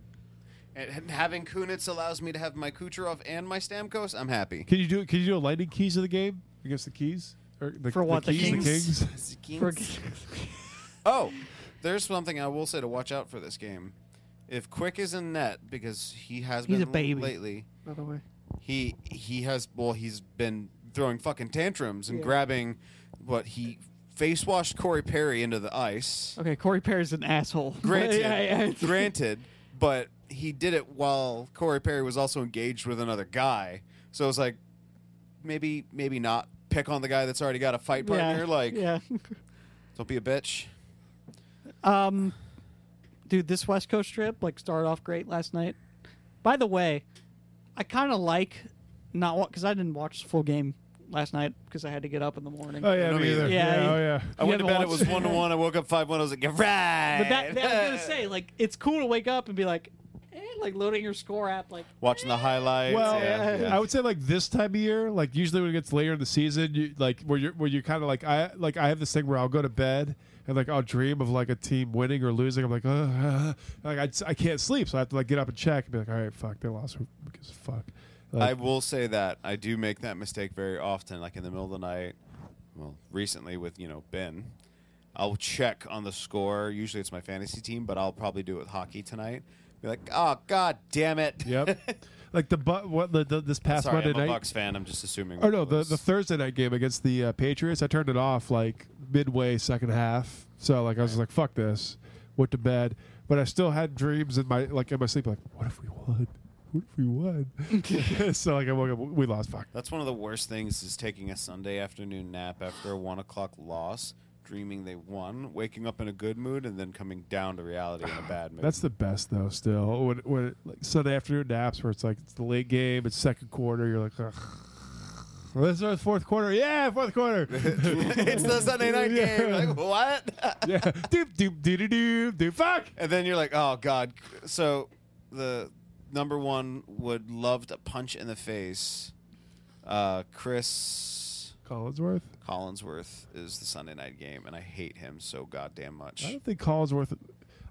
And- And having Kunitz allows me to have my Kucherov and my Stamkos. I'm happy. Can you do? Can you do a lightning keys of the game against the keys? Or the, For what, the Kings? [laughs] The For- Oh, there's something I will say to watch out for this game. If Quick is in net because he has He's been a baby. lately, by the way, he he has well he's been throwing fucking tantrums and grabbing what he face washed Corey Perry into the ice. okay, Corey Perry's an asshole. Granted, [laughs] Yeah, yeah. granted, but he did it while Corey Perry was also engaged with another guy. So it's like maybe maybe not pick on the guy that's already got a fight partner. yeah, Like yeah. [laughs] don't be a bitch. Um, dude, this West Coast trip like started off great last night. By the way, I kind of like not what because I didn't watch the full game last night because I had to get up in the morning. Oh yeah, No, me me either. either. Yeah, yeah you- oh yeah. I You went to bed. haven't It was watched- one to one. I woke up five one. I was like, yeah, right. But that, that I was [laughs] gonna say, like, it's cool to wake up and be like, eh, like loading your score app, like, Watching the highlights. Well, yeah, yeah. I would say like this time of year, like usually when it gets later in the season, you like where you're where you're kind of like I like I have this thing where I'll go to bed and like I'll dream of like a team winning or losing. I'm like, uh, like I, just- I can't sleep, so I have to like get up and check and be like, all right, fuck, they lost. Who gives a fuck? Like, I will say that I do make that mistake very often, like in the middle of the night. Well, recently with you know Ben, I'll check on the score. Usually it's my fantasy team, but I'll probably do it with hockey tonight. Be like, oh god damn it! [laughs] Yep. like the but what the, the this past Sorry, Monday I'm a night. Bucks fan. I'm just assuming. Oh we're no, the, close. the Thursday night game against the uh, Patriots, I turned it off like midway second half. So like I was just like, "Fuck this," went to bed. But I still had dreams in my like in my sleep, like, "What if we won? What if we won?" [laughs] so like I woke up, we lost. Fuck. That's one of the worst things is taking a Sunday afternoon nap after a one o'clock loss, dreaming they won, waking up in a good mood, and then coming down to reality in a [laughs] bad mood. That's the best though. Still, when when it, like Sunday afternoon naps, where it's like it's the late game, it's second quarter, you're like, Ugh. Well, "This is our fourth quarter, yeah, fourth quarter." [laughs] [laughs] it's the Sunday night game. Like what? [laughs] yeah, doop doop doop doop doop doop. Fuck. And then you're like, oh god. So the number one would love to punch in the face. Uh, Chris Collinsworth. Collinsworth is the Sunday night game, and I hate him so goddamn much. I don't think Collinsworth.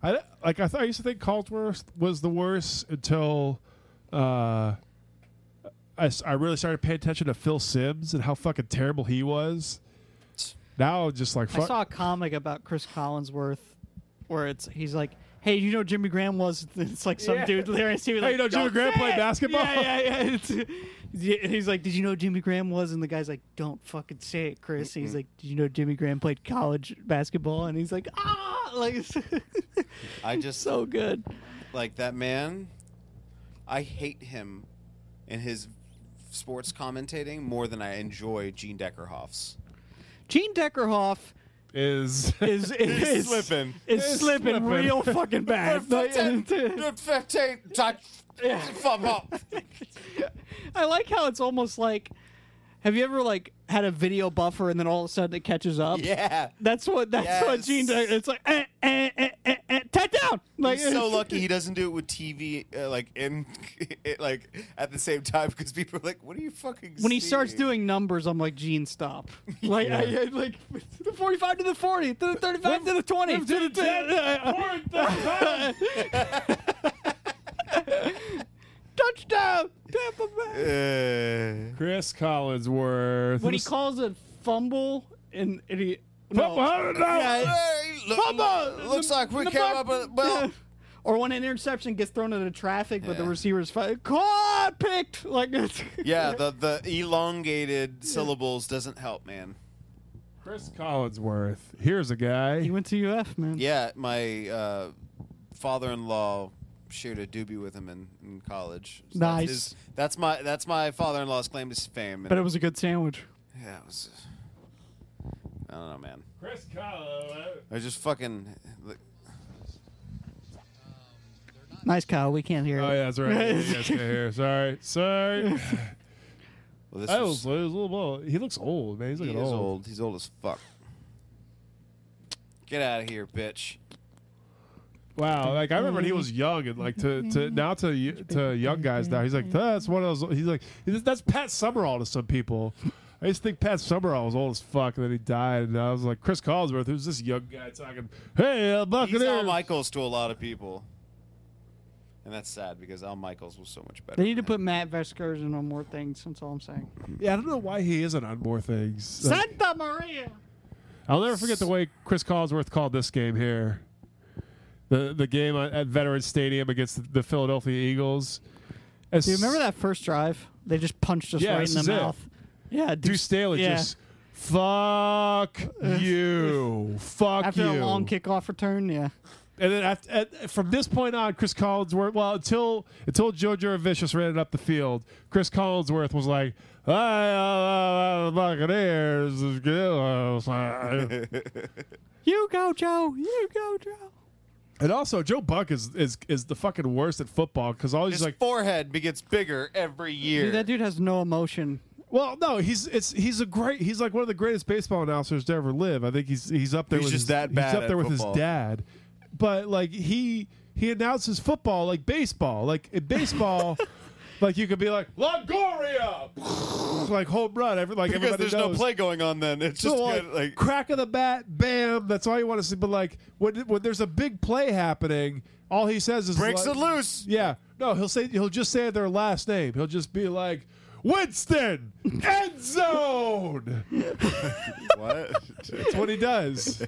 I don't- like. I thought I used to think Collinsworth was the worst until uh, I, s- I really started paying attention to Phil Sims and how fucking terrible he was. Now I'm just like I fuck. saw a comic about Chris Collinsworth where it's he's like, hey, you know Jimmy Graham was? [laughs] It's like some Yeah. dude there and he Hey, was like, you know Jimmy "Don't Graham say played it." basketball? Yeah, yeah, [laughs] yeah. It's- yeah, and he's like, did you know Jimmy Graham was? And the guy's like, don't fucking say it, Chris. He's like, did you know Jimmy Graham played college basketball? And he's like, ah, like [laughs] it's I just [laughs] so good. like that man. I hate him and his sports commentating more than I enjoy Gene Deckerhoff's. Gene Deckerhoff [laughs] [laughs] is is is, is slipping. is He's slipping, slipping. [laughs] real fucking bad. [laughs] Fifteen, touch, fuck up. I like how it's almost like have you ever like had a video buffer and then all of a sudden it catches up? Yeah. That's what that's what Yes. Gene does. It's like eh, eh, eh, eh, eh, touchdown. Like He's [laughs] so lucky he doesn't do it with TV, uh, like in, [laughs] it, like at the same time, because people are like, "What are you fucking?" When he starts seeing?" doing numbers, I'm like Gene, [laughs] stop. Like I, I- like the 45 to the 40, to the 35 to the 20, to the 10, [laughs] touchdown, Tampa Bay. Uh, Chris Collinsworth. When [laughs] he calls it fumble and, and he Well, no. I don't know. hey, look- Bubba! looks like we The came fuck- up with [laughs] well. Or when an interception gets thrown into traffic, but the Yeah. receiver's fi- caught, picked. Like [laughs] it's Yeah, the the elongated syllables doesn't help, man. Chris Collinsworth. Here's a guy. he went to UF, man. Yeah, my uh, father-in-law shared a doobie with him in, in college. So Nice. That's, his, that's my that's my father-in-law's claim to fame. But it was a good sandwich. Yeah, it was. I don't know, man. Chris Collow. I just fucking. Nice, Kyle. We can't hear Oh it. yeah, that's right. you guys can hear. Sorry, [laughs] sorry. Well, this I was, was, I was a little old. He looks old, man. Oh, He's he looking is old. old. He's old as fuck. Get out of here, bitch. Wow, like I remember when he was young, and like to, to Mm-hmm. now to y- to young guys now, he's like that's one of those. He's like that's Pat Summerall to some people. I used to think Pat Summerall was old as fuck, and then he died, and I was like Chris Collinsworth, who's this young guy talking? Hey, He's uh, Al Buccaneers. Michaels to a lot of people. And that's sad because Al Michaels was so much better. They need to than put Matt Vescursion on more things. That's all I'm saying. yeah, I don't know why he isn't on more things. Like, Santa Maria. I'll never forget the way Chris Collinsworth called this game here. The the game at at Veterans Stadium against the Philadelphia Eagles. As Do you remember that first drive? They just punched us Yeah, right this in the is it. mouth. Yeah, Deuce Staley yeah. just fuck you, fuck after you. a long kickoff return. Yeah, and then after, at, from this point on, Chris Collinsworth. Well, until until Joe Juravicious ran it up the field, Chris Collinsworth was like, "Ah, "I uh, Buccaneers is good." you go, Joe. You go, Joe. And also, Joe Buck is is is the fucking worst at football because all he's His like, forehead be- gets bigger every year. Dude, that dude has no emotion. well, no, he's it's he's a great he's like one of the greatest baseball announcers to ever live. I think he's he's up there He's with just his, that bad he's up at there with football. his dad, but like he he announces football like baseball like in [laughs] baseball. Like you could be like Longoria, like home run, every, like because everybody there's no knows. play going on then. It's just So, good, like, like crack of the bat, bam. That's all you want to see. But like when when there's a big play happening, all he says is breaks like, it loose. yeah. No, he'll say he'll just say their last name. He'll just be like Winston End Zone. [laughs] What? That's what he does.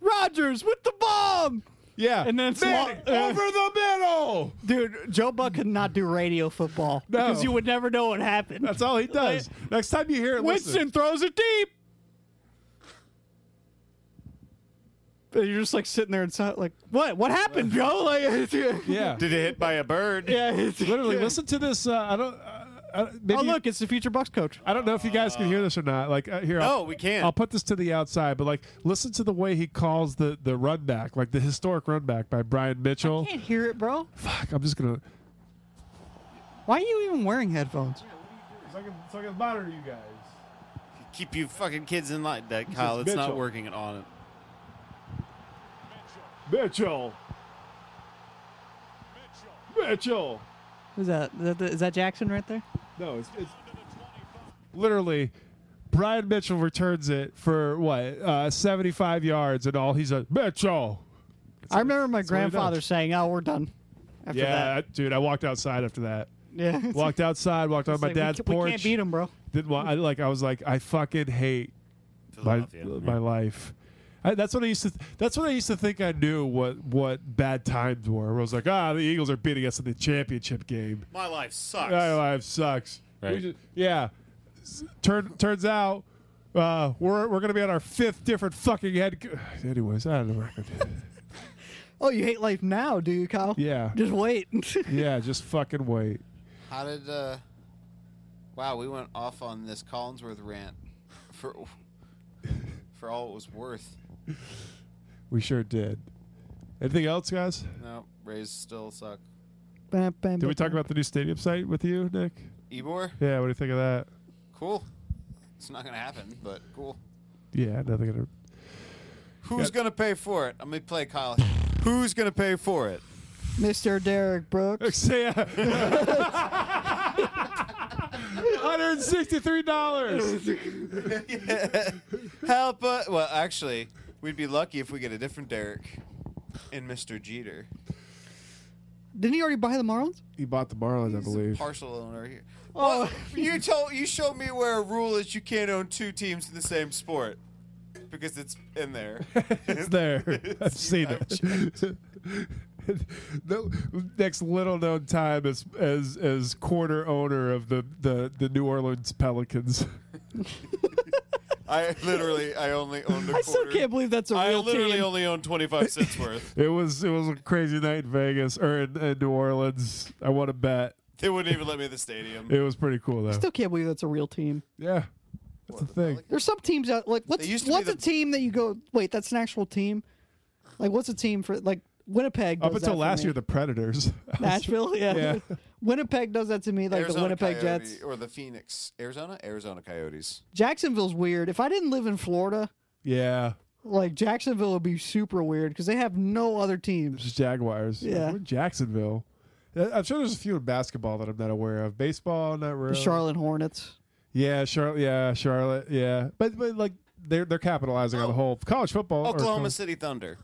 Rogers with the bomb. Yeah. And then it's Manning, lo- uh, over the middle. Dude, Joe Buck could not do radio football No. because you would never know what happened. That's all he does. Next time you hear it, Winston listen. throws it deep. And you're just like sitting there and so, like, what? What happened, Joe? Like, Uh, [laughs] Yeah. Did it hit by a bird? yeah, it's- [laughs] Literally, listen to this. Uh, I don't. Uh, uh, maybe Oh, look, it's the future Bucks coach. I don't know if you guys can hear this or not. Like uh, here, No, I'll, we can't. I'll put this to the outside, but like listen to the way he calls the the run back, like the historic run back by Brian Mitchell. can't hear it, bro. Fuck, I'm just gonna. Why are you even wearing headphones? So I can, so I can monitor you guys. Keep you fucking kids in line, that Kyle. It's not Mitchell. working on it. Mitchell. Mitchell. Who's that? Is that, is that Jackson right there? No, it's, it's literally Brian Mitchell returns it for what uh, 75 yards, and all he's a Mitchell. I remember what my he does. grandfather saying, "Oh, we're done." After Yeah, that, dude, I walked outside after that. yeah. It's [laughs] Walked outside, walked on my like, we dad's ca- porch. We can't beat him, bro. Didn't want. I, like I was like, I fucking hate my Philadelphia. my life. I, that's what I used to. Th- that's what I used to think. I knew what what bad times were. I was like, ah, the Eagles are beating us in the championship game. My life sucks. My life sucks. We Right. just- yeah. S- Turn, turns out uh, we're we're gonna be on our fifth different fucking head. co- [sighs] Anyways, I don't know. where [laughs] I could- Oh, you hate life now, do you, Kyle? yeah, Just wait. [laughs] yeah. Just fucking wait. How did? uh Wow, we went off on this Collinsworth rant [laughs] for for all it was worth. We sure did. Anything else, guys? No, Rays still suck. Did we talk about the new stadium site with you, Nick? Ebor, Yeah. What do you think of that? cool. It's not gonna happen, but cool. Yeah, nothing. Gonna, [laughs] Who's gonna pay for it? I'm gonna play Kyle. Who's gonna pay for it? Mr. Derek Brooks? [laughs] Say, [laughs] uh, $163. Help us. Well, actually, we'd be lucky if we get a different Derek and Mr. Jeter. Didn't he already buy the Marlins? He bought the Marlins, I believe. Partial owner here. Oh. Well, you told you showed me where a rule is you can't own two teams in the same sport because it's in [laughs] there. It's [laughs] there. I've seen [laughs] it. No- next little known time as as as quarter owner of the the, the New Orleans Pelicans. [laughs] I literally, I only owned a quarter. I still can't believe that's a I real literally team. only own twenty five cents [laughs] worth. It was it was a crazy night in Vegas or in, in New Orleans. I want to bet They wouldn't even let me in the stadium. it was pretty cool though. Still can't believe that's a real team. Yeah, That's the thing. There's some teams out like what's They used to be what's the- a team that you go wait that's an actual team, like what's a team for like Winnipeg Up does until that for last me. year, the Predators. [laughs] Nashville yeah. Yeah. Winnipeg does that to me like the Arizona Winnipeg Coyote- Jets or the Phoenix, Arizona, Arizona Coyotes. Jacksonville's weird if I didn't live in Florida yeah. like Jacksonville would be super weird because they have no other teams Just Jaguars. Yeah. We're in Jacksonville. Uh, I'm sure there's a few in basketball that I'm not aware of. Baseball, not the really. Charlotte Hornets Yeah, Charlotte. Yeah, Charlotte. Yeah, but but like they're they're capitalizing on the whole college football. or Oklahoma college- City Thunder.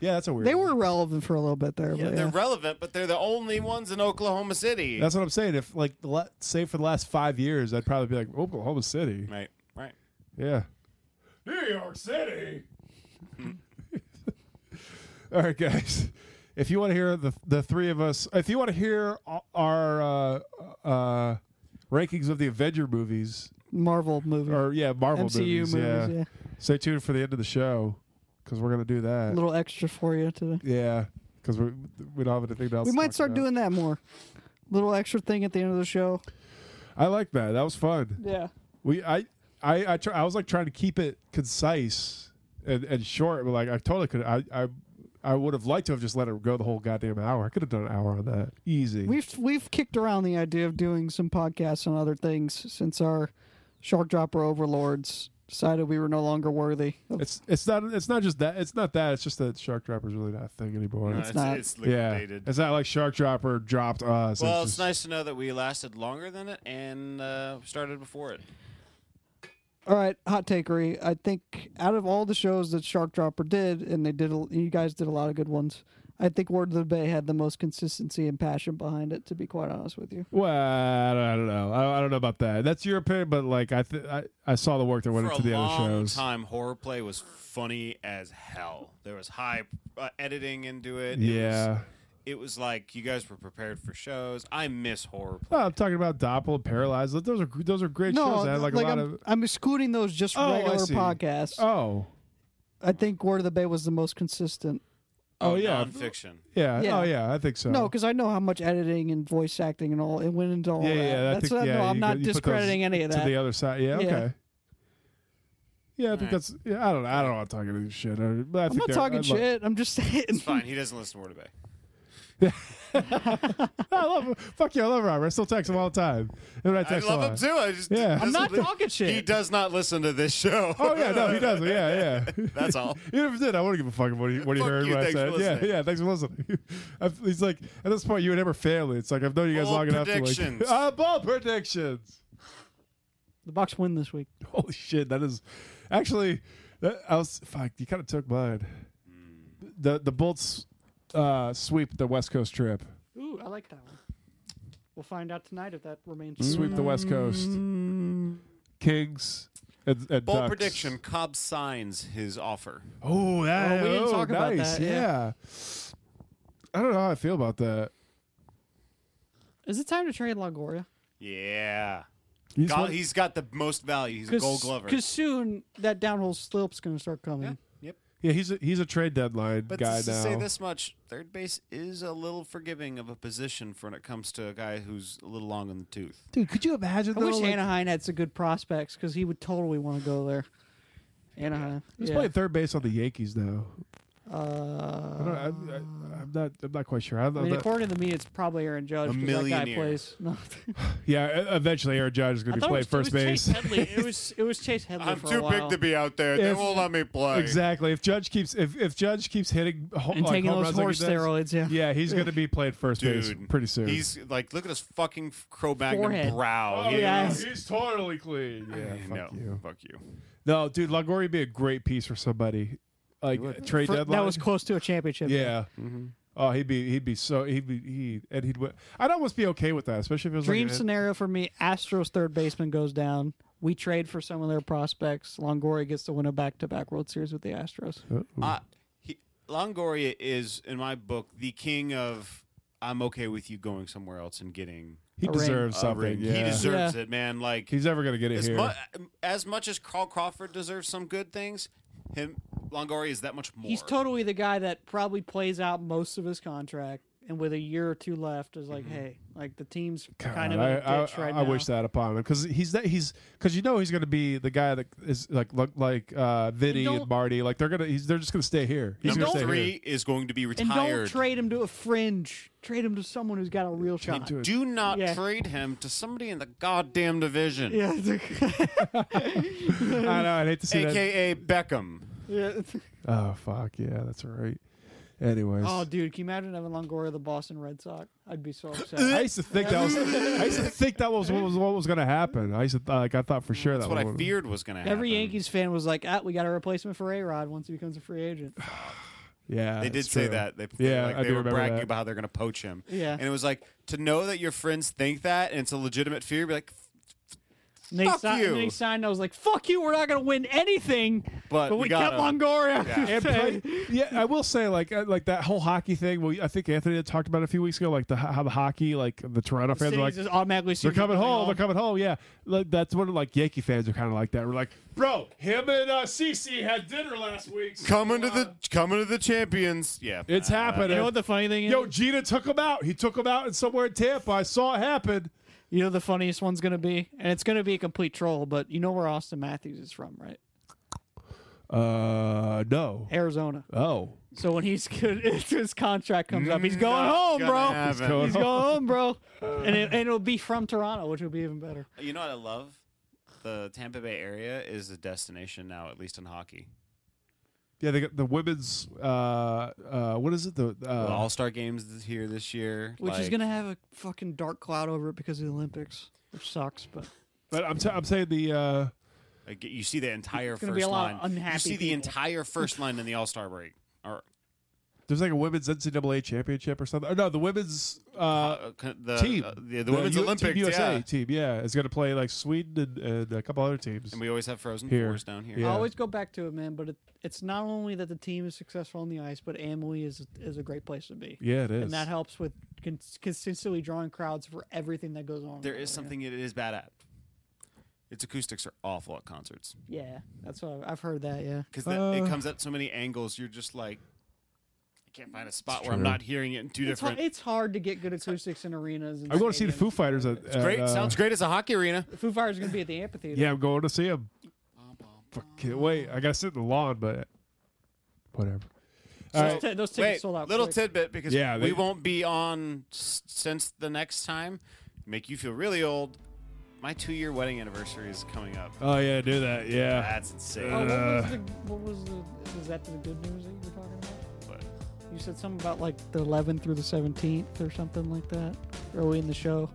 Yeah, that's a weird. they one. were relevant for a little bit there Yeah, but they're yeah. relevant, but they're the only ones in Oklahoma City. That's what I'm saying. If like the la- say for the last five years, I'd probably be like Oklahoma City. right, right. Yeah. New York City. [laughs] All right, guys. If you want to hear the the three of us, if you want to hear o- our uh, uh, rankings of the Avenger movies, Marvel movie or yeah, Marvel MCU movies, yeah. movies, yeah. stay tuned for the end of the show because we're gonna do that. a little extra for you today Yeah, because we we don't have anything else. we to might talk start about. doing that more little extra thing at the end of the show I like that. That was fun. yeah We I I I, try, I was like trying to keep it concise and, and short, but like I totally could. I I I would have liked to have just let it go the whole goddamn hour. I could have done an hour on that easy. We've we've kicked around the idea of doing some podcasts on other things since our shark dropper overlords decided we were no longer worthy. of- it's it's not it's not just that it's not that it's just that Shark Dropper's really not a thing anymore. No, Uh, It's- it's, not- it's yeah, liquidated. it's not like Shark Dropper dropped us. well, it's just- nice to know that we lasted longer than it and uh, started before it. All right, hot takery. I think out of all the shows that Shark Dropper did, and they did, a, you guys did a lot of good ones. I think Word of the Bay had the most consistency and passion behind it. To be quite honest with you, Well, I don't, I don't know. I, I don't know about that. That's your opinion, but like I th- I, I saw the work that went For into a the other long shows. time, horror play was funny as hell. There was high uh, editing into it. It was- Yeah. it was, like you guys were prepared for shows. I miss horror play. No, I'm talking about Doppel and Paralyzed. Like, Those are gr- those are great no, shows. that had, like, like a lot I'm, of I'm excluding those just Oh, I regular see. podcasts. oh I think Word of the Bay was the most consistent. oh yeah nonfiction. yeah Yeah. oh yeah I think so. No, because I know how much editing and voice acting and all it went into all yeah that. yeah I That's think, what I- yeah, no, I'm you not could- you put those discrediting any of that. to the other side. Yeah Yeah. okay. Yeah, I think Alright. that's. Yeah, I don't. know. I don't know. I'm talking any shit. I, but I I'm think not they're- talking I love- shit. I'm just [laughs] saying. It's fine. He doesn't listen to Word of Bay. [laughs] I love. Fuck you. I love Robert. I still text him all the time. And I, I text love a him lot. too. I just Yeah. I'm doesn't not li- talking shit. He does not listen to this show. Oh yeah, no, he doesn't. Yeah, yeah. That's all. [laughs] Even if he did, I wouldn't give a fuck what he, what he Fuck heard you, what I thanks said. for Yeah, listening. yeah, thanks for listening. [laughs] I've- He's like, at this point, you and him are family. It's like, I've known you guys Bold long enough predictions. to like. [laughs] Uh, ball predictions. [laughs] The Bucks win this week. Holy shit, that is actually, that, I was, fuck, you kind of took mine. The, the Bolts uh, sweep the West Coast trip, Ooh, I like that one. We'll find out tonight if that remains. sweep the West Coast. Kings and, and [laughs] Bold Ducks. Mm. prediction: Cobb signs his offer. Oh, that, Oh, we didn't oh, talk about nice, that, yeah. yeah. I don't know how I feel about that. Is it time to trade Longoria? Yeah, You just Go- want- he's got the most value. He's a Gold Glover. Because soon that downhole slope's going to start coming. Yep. Yeah, he's a, he's a trade deadline But guy to, to now. say this much, third base is a little forgiving of a position for when it comes to a guy who's a little long in the tooth. Dude, could you imagine? I though, wish like, Anaheim had some good prospects because he would totally want to go there. Anaheim. he's yeah. playing third base on the Yankees now. I Uh, don't, I, I, I'm not. I'm not quite sure. I'm, I I'm mean, not- according to me, it's probably Aaron Judge. A 'cause That guy millionaire. plays. [laughs] No. yeah, e- eventually Aaron Judge is going to be playing first base. Chase Headley. It [laughs] was it was Chase Headley. for a while. be out there. If- me play. [laughs] Exactly. If Judge keeps if, if Judge keeps hitting ho- And like taking home those runs like horse he does, steroids, yeah. yeah, he's going to be playing first base Dude, pretty soon. He's like, look at his fucking Cro-Magnon Forehead. brow. He- yes. he's totally clean. Yeah, fuck no, you. fuck you. No, dude, Longoria would be a great piece for somebody. Like a trade For- deadline. that was close to a championship. Yeah. Mm-hmm. Oh, he'd be he'd be so he'd be he and he'd win. I'd almost be okay with that, especially if it was Dream like an- scenario for me: Astros third baseman goes down. We trade for some of their prospects. Longoria gets to win a back-to-back World Series with the Astros. Uh, he, Longoria is, in my book, the king of. I'm okay with you going somewhere else and getting he a ring, deserves a something. ring. Yeah. He deserves Yeah. it, man. Like He's never gonna get it as, here. mu- as much as Carl Crawford deserves some good things, him Longoria is that much more. He's totally the guy that probably plays out most of his contract and with a year or two left, is Mm-hmm. like, hey, like the team's kind of in I, a ditch I, right I now. wish that upon him because he's that he's because you know he's going to be the guy that is like look like uh, Vinny And and, don't- Marty like they're gonna he's, they're just gonna stay here. He's And gonna don't stay Three here. is going to be And don't retired. trade him to a fringe. Trade him to someone who's got a real shot. to a- Do not Yeah. trade him to somebody in the goddamn division, yeah, it's- I know I hate to see that. aka Beckham. [laughs] yeah. it's- Oh fuck yeah, that's right. Anyways, Oh, dude, can you imagine Evan Longoria, the Boston Red Sox? I'd be so [laughs] I upset. used to think that was I used to think that was what was, what was gonna happen. I used to th- like I thought for sure That's that what I one would- feared was going to happen. Every Yankees fan was like, ah, we got a replacement for A Rod once he becomes a free [laughs] agent. Yeah, They did it's say true. that. They, yeah, like, I they do were remember bragging that. about how they're going to poach him. Yeah. And it was like, to know that your friends think that and it's a legitimate fear, be like, And they Fuck si- you. And they signed. I was like, "Fuck you! We're not going to win anything." But we, we kept got him. Longoria. [laughs] And play- yeah, I will say like uh, like that whole hockey thing. Well, I think Anthony had talked about it a few weeks ago, like the how the hockey like the Toronto fans are Cities like just automatically they're assume coming you're home, they're coming home. Yeah, like, that's what like Yankee fans are kind of like that. We're like, bro, him and uh, Cece had dinner last week. coming to the coming to the champions. Ah, Yeah. Uh, it's happening. You know what the funny thing is? Yo, Gina took him out. He took him out in somewhere in Tampa. I saw it happen. you know the funniest one's going to be, and it's going to be a complete troll. But you know where Austin Matthews is from, right? Uh, no. Arizona. Oh, So when he's [laughs] his contract comes up, he's Mm, Not going home, gonna bro. happen. going He's going home, bro. And, it, and it'll be from Toronto, which will be even better. You know what I love? The Tampa Bay area is a destination now, at least in hockey. yeah. They got the women's. Uh, uh, what is it? The uh, the All Star games is here this year, Which is like- going to have a fucking dark cloud over it because of the Olympics, which sucks. But but I'm t- I'm saying the. Uh, like, you see the entire gonna first be a lot line. of unhappy you see the people. entire first line in the All Star break. Or There's like a women's NCAA championship or something. Or no, the women's uh, uh, c- the team, uh, the, the women's U- Olympics, team USA yeah. team, yeah, is going to play like Sweden and, and a couple other teams. And we always have frozen Here. fours down here. Yeah. I always go back to it, man. But it, it's not only that the team is successful on the ice, but Amalie is is a great place to be. yeah, it is. and that helps with con- consistently drawing crowds for everything that goes on. There over is something it is bad at. Its acoustics are awful at concerts Yeah, that's what I've, I've heard. That yeah, because Uh. it comes at so many angles. You're just like, I can't find a spot where I'm not hearing it in two it's, har- different. it's hard to get good acoustics in arenas. And I'm going to see the stadiums. Foo Fighters. At, at, great, uh, sounds great as a hockey arena. The Foo Fighters are going to be at the amphitheater. Yeah, I'm going to see them. Fucking wait, I got to sit in the lawn, but whatever. All those, right. ti- those tickets Wait, sold out. little quick. tidbit because Yeah, they- we won't be on s- since the next time. Make you feel really old. My two-year wedding anniversary is coming up. Oh yeah, do that. Yeah. That's insane. Oh, what, was Uh. the, what was the? Is that the good news that you were talking about? But You said something about like the 11th through the 17th or something like that early in the show.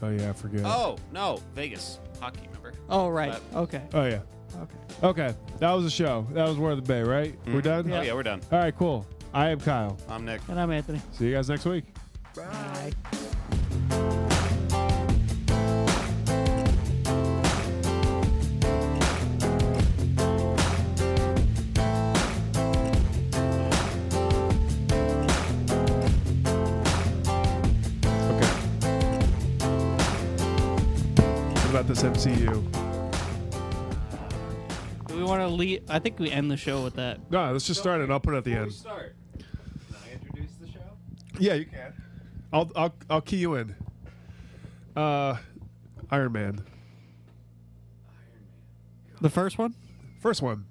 Oh yeah, I forget. oh no, Vegas hockey. Remember? Oh right, okay, Oh, yeah. okay. Okay, that was the show. That was Word of the Bay, right? We're done. Oh yeah, we're done. All right, cool. I am Kyle. I'm Nick. And I'm Anthony. See you guys next week. Bye. Okay. What about this MCU? Do we want to leave? I think we end the show with that. No, let's just start it. I'll put it at the end. start. Can I introduce the show? Yeah, you can. I'll I'll I'll key you in. Uh, Iron Man, The first one? first one.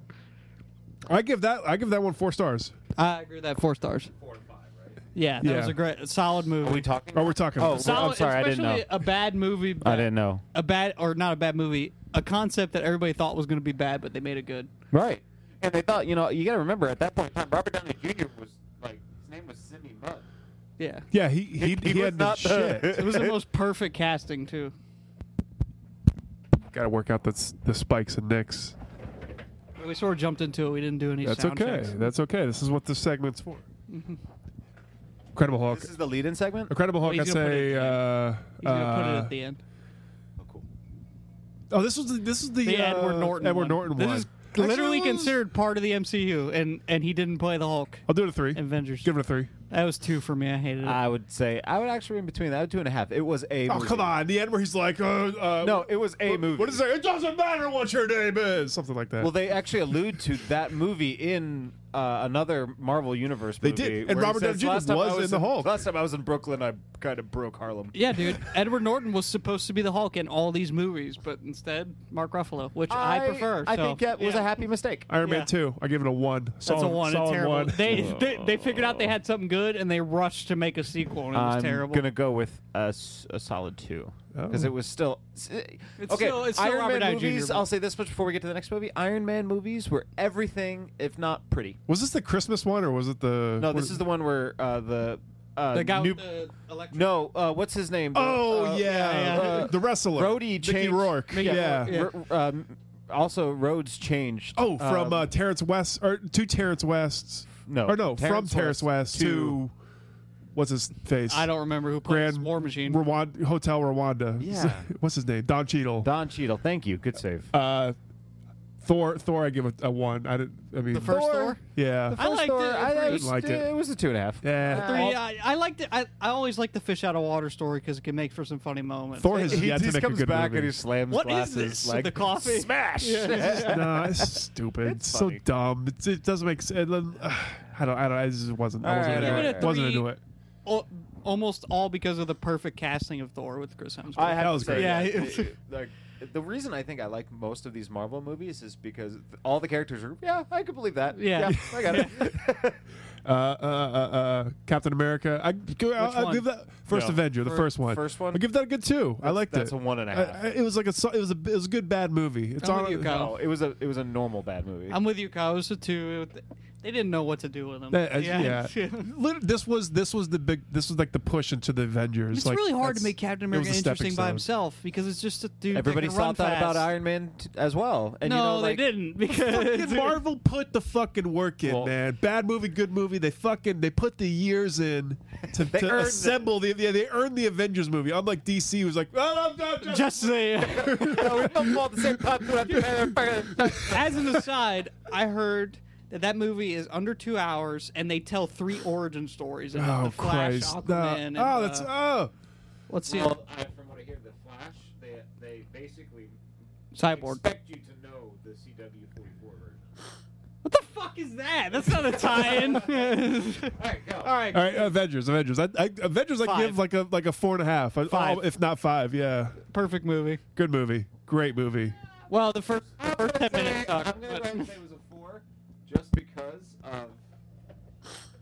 I give that I give that one four stars. I agree with that. Four stars. Four and five, right? Yeah, that Yeah. was a great, solid movie. talking? Oh, we're talking. Oh, solid, I'm sorry, I didn't especially know. A bad movie. I didn't know. A bad, or not a bad movie, a concept that everybody thought was going to be bad, but they made it good. Right. And they thought, you know, you got to remember at that point in time, Robert Downey Jr. was like, his name was Sidney Mudd. Yeah. yeah, he he, he, was had the not shit. the- [laughs] It was the [laughs] most perfect casting, too. Got to work out the s- the spikes and nicks. We sort of jumped into it. We didn't do any That's sound okay. checks. Mm-hmm. That's okay. This is what this segment's for. Incredible Hulk. the lead in segment? Incredible Hulk. I He's gonna put say. it- Uh, He's going to put it uh, at the end. Oh, this was the, this is the, The uh, Edward Norton Edward one. Norton This one. is literally Actually, considered part of the MCU, and, and he didn't play the Hulk. I'll do it a three. Avengers. Give it a three. That was two for me. I hated it. I would say, I would actually be in between that. Two and a half. It was a. Oh movie. come on! The end where he's like, uh, uh, No, it was a what- movie. What is it? It doesn't matter what your name is. Something like that. Well, they actually allude to that movie in uh, another Marvel Universe They movie. did, and where he Robert says, Downey Jr. "Last time was I in the Hulk." Last time I was in Brooklyn, I kind of broke Harlem. Yeah, [laughs] dude. Edward Norton was supposed to be the Hulk in all these movies, but instead Mark Ruffalo, which I, prefer. I so, think that was yeah. a happy mistake. Iron Yeah. Man two. I give it a one. That's Solid, a one. Solid It's terrible. one. They, they they figured out they had something good and they rushed to make a sequel and it was I'm terrible. gonna go with a, s- a solid two because Oh. it was still s- eh, okay. still- it's still Iron Robert Man Downey Jr., movies. but- I'll say this much before we get to the next movie: Iron Man movies were everything, if not pretty. Was this the Christmas one or was it the? No, this is the one where uh, the uh, The guy new- with the electric. no, uh, what's his name? The, Oh uh, yeah, yeah, yeah. the wrestler. Brody Mickey changed- Rourke. Mickey yeah. Rourke, yeah. R- um, also, Rhodes changed. Oh, from um, uh, Terrence West or to Terrence West. No, or no, from Terrence Terrence West West, to, what's his face? I don't remember who plays Grand War Machine. Rwanda, Hotel Rwanda. Yeah. [laughs] what's his name? Don Cheadle. Don Cheadle. Thank you. Good save. uh, Thor. Thor. I give a, a one. I didn't. I mean, the first Thor. Thor. Yeah. I liked Thor, it. I, I Agreed. was, Liked it. it was a two and a half. Uh, Yeah. Three, I, I liked it. I, I always like the fish out of water story because it can make for some funny moments. Thor has he yet to just make comes a good back movie. and he slams What is glasses this? like The coffee? smash. [laughs] nah, it's stupid. It's so funny. dumb. It's, it doesn't [sighs] make sense. I don't. I don't. I just wasn't. I All wasn't, right, into, all it. right. wasn't Three- into it. Al- almost all because of the perfect casting of Thor with Chris Hemsworth. [laughs] I have That to was say, great. Yeah, it- it- it- [laughs] like the reason I think I like most of these Marvel movies is because th- all the characters are. Yeah, I could believe that. [laughs] Yeah. I got it. Uh, uh, uh, uh, Captain America. I go. Which I'll, I'll one? give that first No. Avenger, the Fir- first one. first one? I give that a good two. I liked that's it. a one and a I- half. I- it was like a. so- It was a. It was a good bad movie. It's I'm on. with you, Kyle. no, it was a it was a normal bad movie. I'm with you, Kyle. It was a two. They didn't know what to do with him. That- uh, [laughs] yeah. Lit- this was this was the big. This was like the push into the Avengers. It's like, really hard that's- to make Captain it was America a stepping interesting stone. by [laughs] himself because it's just a dude. that Everybody can run thought that about fast. Iron Man t- as well. And No, you know, they like, [laughs] didn't because Fucking Marvel put the fucking work in, Well- man. Bad movie, good movie. They fucking they put the years in to, to earned assemble the yeah. They earned the Avengers movie. Unlike DC, who's like, oh, no, no, no, just the. [laughs] No, we both fall at the same time throughout the- As an aside, I heard that that movie is under two hours, and they tell three origin stories about oh the Flash, Christ, Aquaman, no. and, oh that's uh, oh. let's see, Well, I, from what I hear, the Flash, they they basically Cyborg. expect you to know the CW forty four version. What the fuck is that? That's not a tie-in. [laughs] All right, go. All right, All right, Avengers, Avengers. I, I, Avengers, I Five. give like a like a four and a half, I- Five. oh, if not five. Yeah, perfect movie. good movie, great movie. Well, the first the first ten minutes sucked. I'm gonna go but- ahead and say it was a four, just because of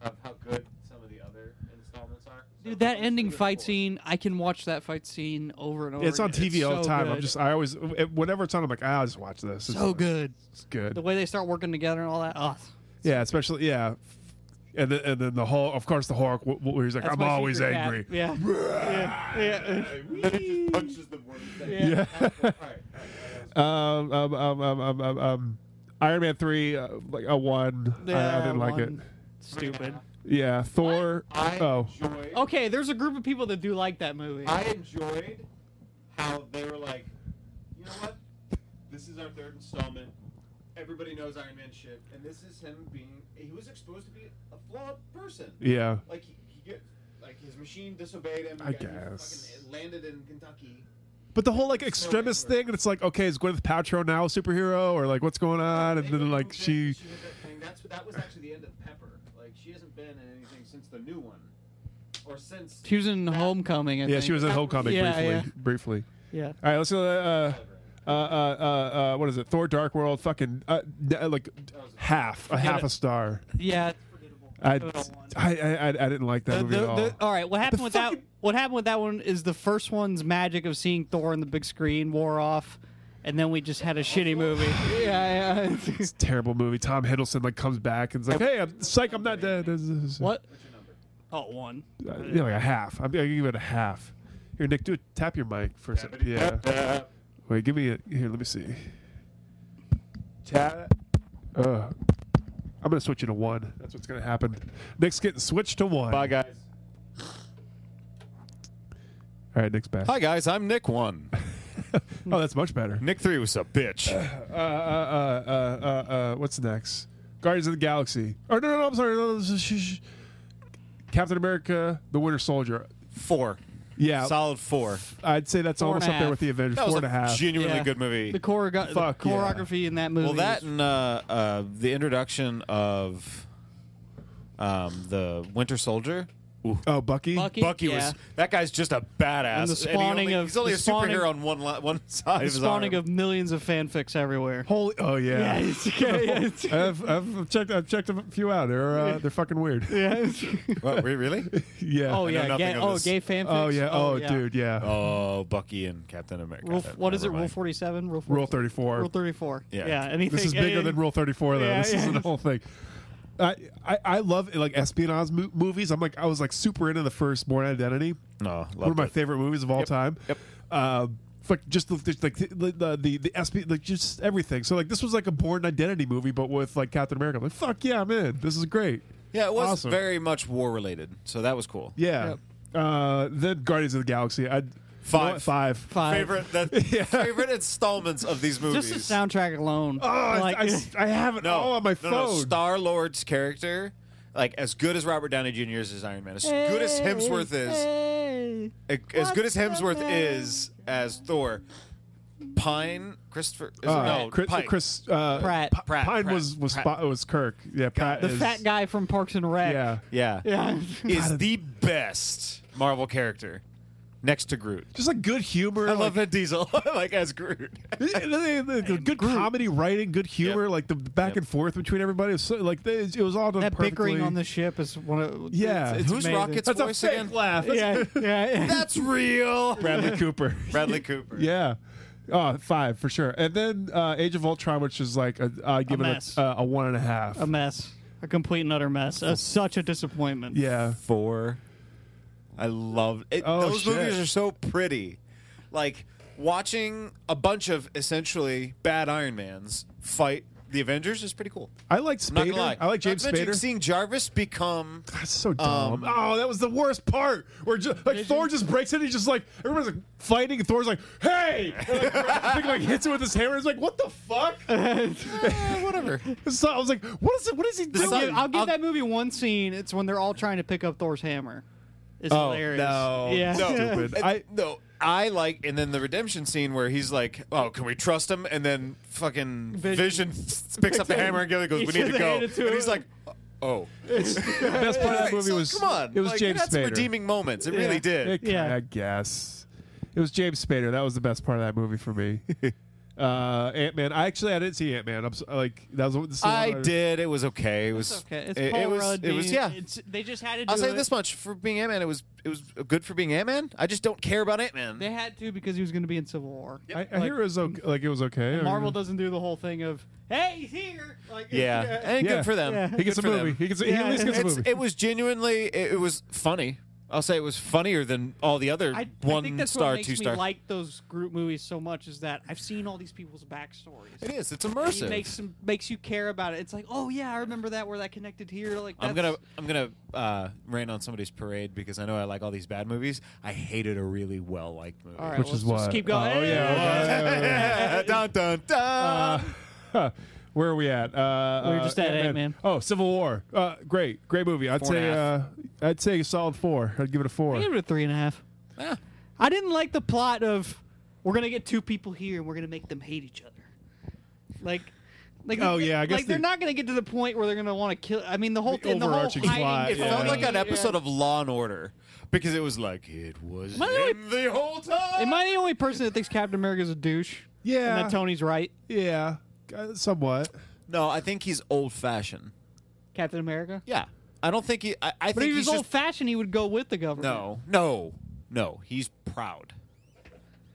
of how good some of the other installments are. So Dude, that I'm ending gonna go fight four. scene, I can watch that fight scene over and over. It's on again. TV all the so time. I'm good. just I always it- whenever it's on, I'm like, ah, I'll just watch this. It's so good. It's good. The way they start working together and all that. Oh, Yeah, especially yeah, and then and then the Hulk, of course, the Hulk. wh- wh- Where he's like, that's I'm my always secret hat. angry. [laughs] Yeah. yeah. yeah. punches the worm. Yeah. All right. [laughs] Um, um, um, um, um, um, um, Iron Man three, uh, like a one. I- I, Yeah, didn't like it. one. Stupid. Yeah, Thor. I oh, enjoyed. Okay, there's a group of people that do like that movie. I enjoyed how they were like, you know what? This is our third installment. Everybody knows Iron Man shit, and this is him being. He was exposed to be a flawed person. yeah. Like he, he get, like his machine disobeyed him. I he got- he guess. fucking landed in Kentucky. But the whole like extremist angry. thing, and it's like, okay, is Gwyneth Paltrow now a superhero, or like what's going on? And They then were like convinced she, that had that thing. That's that was actually the end of Pepper. Like she hasn't been in anything since the new one, or since she was in Homecoming. I yeah, she was in Homecoming Yeah, briefly. yeah. Briefly. Yeah. All right, let's go. Uh, uh, uh, uh, uh, what is it? Thor: Dark World. Fucking uh, n- uh, like half, a half it. a star. Yeah. I, one. I, I, I didn't like that The- movie the- at all. the- all right, what happened with that? What happened with that one is the first one's magic of seeing Thor on the big screen wore off, and then we just had a shitty movie. [laughs] yeah, yeah. It's a terrible movie. Tom Hiddleston like comes back and's like, "Hey, I'm psych. I'm not dead." what? Oh, one. Uh, you know, like a half. I'm gonna give it a half. Here, Nick, do it. Tap your mic for a second. Yeah. Wait, give me a here. Let me see. Tap. Uh, I'm gonna switch you to one. That's what's gonna happen. Nick's getting switched to one. Bye guys. All right, Nick's back. Hi guys, I'm Nick One. Oh, that's much better. Nick Three was a bitch. Uh, uh, uh, uh, uh, uh, what's next? Guardians of the Galaxy. Oh no, no, no I'm sorry. No, no, sh- sh- sh- Captain America: The Winter Soldier. Four. Yeah, Solid four. I'd say that's Four almost and a up there half. with the Avengers. That was Four a and a half. genuinely Yeah. good movie. The, choreo- Fuck the yeah. choreography in that movie. Well, that is- and uh, uh, the introduction of um, the Winter Soldier. Oh, Bucky. Bucky? Bucky yeah. was that guy's just a badass. And the he spawning only- of- he's only the a spawning- superhero on one li- one [laughs] side. the of his spawning arm. of millions of fanfics everywhere. Holy. Oh [laughs] yeah. [laughs] Yeah, it's- yeah, yeah, [laughs] it's- I've, I've checked. I've checked a few out. They're uh, they're fucking weird. [laughs] What, re- [laughs] really? yeah. Oh yeah, nothing gay, of oh this. gay fanfics. Oh yeah. Oh, dude. Yeah. oh, Bucky and Captain America. Rule, That- what is it? never Rule mind. forty seven. Rule 40, Rule thirty four. Rule thirty four. Yeah. yeah. Anything. This is bigger any- than Rule 34, though. Yeah, this yeah. isn't the whole thing. I, I, I love like espionage mo- movies. I'm like I was like super into the first Born Identity, No, one of Oh, loved my it. favorite movies of all time. Yep. Um, like just the, just, like the the the, the esp- like just everything. So like this was like a Born Identity movie, but with like Captain America. I'm like fuck yeah, I'm in. This is great. Yeah, it was Awesome. very much war related, so that was cool. Yeah. Uh, then Guardians of the Galaxy. I Five. five Five. Favorite that [laughs] favorite installments of these movies. Just the soundtrack alone. Oh, I- like, I, [laughs] s- I have it all on my phone. Star Lord's character, like as good as Robert Downey Jr. is as Iron Man, as good as Hemsworth is, Hey. as good as Hemsworth is as Thor. Pine, Christopher, is it- Uh, no, Chris, Pine. Chris uh, Pratt. P- Pratt, Pine Pratt, was was Pratt. Spot, was Kirk. Yeah, Pratt the is, fat guy from Parks and Rec. Yeah, yeah, Yeah. is the best Marvel character next to Groot. just like good humor. I like, love Vin Diesel, [laughs] like as Groot. [laughs] the, the- the good comedy writing, good humor, Yep. like the the back Yep. and forth between everybody. It was so, like they, it was all done That perfectly. bickering on the ship is one of Yeah. It's, it's Who's amazing. Rocket's That's a voice fake again? [laughs] laugh. That's Yeah, yeah, yeah. That's real. Bradley Cooper. [laughs] Bradley Cooper. yeah. Oh, five for sure. And then uh, Age of Ultron, which is like a, uh, give it mess. a, uh, a one and a half. a mess, a complete and utter mess. Uh, such a disappointment. yeah. four. I love it. Oh, Those shit. movies are so pretty. Like watching a bunch of essentially bad Iron Mans fight the Avengers is pretty cool. I like I'm not gonna Spader. lie. I like James Not to mention Spader. Seeing Jarvis [laughs] become That's so dumb. oh, that was the worst part. Where just, like Thor just breaks in, he's just like everyone's like fighting, and Thor's like, "Hey!" And, like, grabs the thing, like [laughs] hits it with his hammer. It's like, what the fuck? [laughs] eh, whatever. So I was like, what is it? What is he doing? I'll give, I'll give I'll- that movie one scene. It's when they're all trying to pick up Thor's hammer. It's hilarious. no. Yeah. Oh, [laughs] No, Stupid. And- I- no. I like, and then the redemption scene where he's like, "Oh, can we trust him?" And then fucking Vision, [laughs] Vision- picks up the hammer and goes, "We [laughs] need He to should've go." handed it to And he's him. like, "Oh." the best part of that Like, movie so was come on. It was like, James that's Spader. redeeming moments. It really Yeah. did. It- Yeah. I guess it was James Spader. That was the best part of that movie for [laughs] me. uh, Ant Man. I actually I didn't see Ant Man. I'm so, like that was. this is the one I did. It was okay. It was Okay, it's it, Paul it was. Rudd. it was. being- Yeah. it's, they just had to. Do I'll say it. this much for being Ant Man. It was. It was good for being Ant Man. I just don't care about Ant They Man. had to because he was going to be in Civil War. I, I hear it was okay, like it was okay. Marvel doesn't do the whole thing of "Hey, he's here." Like, Yeah, and Yeah. good for them. Yeah. He gets a Good for them. movie. He gets. He at least gets a It's- movie. It was genuinely. It, it was funny. I'll say it was funnier than all the other [laughs] I, I one think that's star, what makes two star. me like those group movies so much is that I've seen all these people's backstories. it is. It's He immersive. makes some, makes you care about it. It's like, oh yeah, I remember that where that connected here. Like I'm gonna that's- I'm gonna uh, rain on somebody's parade because I know I like all these bad movies. I hated a really well liked movie. All right, Which well, is let's what? Just keep going. Oh, yeah, [laughs] okay. [laughs] dun dun Uh, dun. Huh. Where are we at? Uh, We were uh, just at Ant-Man. Oh, Civil War. Uh, great, great movie. I'd Four and say a uh, I'd say a solid four. I'd give it a four. I give it a three and a half. I didn't like the plot of we're gonna get two people here and we're gonna make them hate each other. Like, like Oh, yeah, I guess like they're the- not gonna get to the point where they're gonna want to kill. I mean, the whole The thing, the whole overarching hiding plot, It from felt Yeah. like an the- episode of Law and Order because it was like it was Am I the him the whole time. Am I the only person that thinks Captain America's a douche? Yeah. and that Tony's right. yeah, uh, somewhat. no, I think he's old fashioned. Captain America. Yeah, I don't think he. I, I But think if he was he's old just fashioned, he would go with the government. no, no, no. He's proud.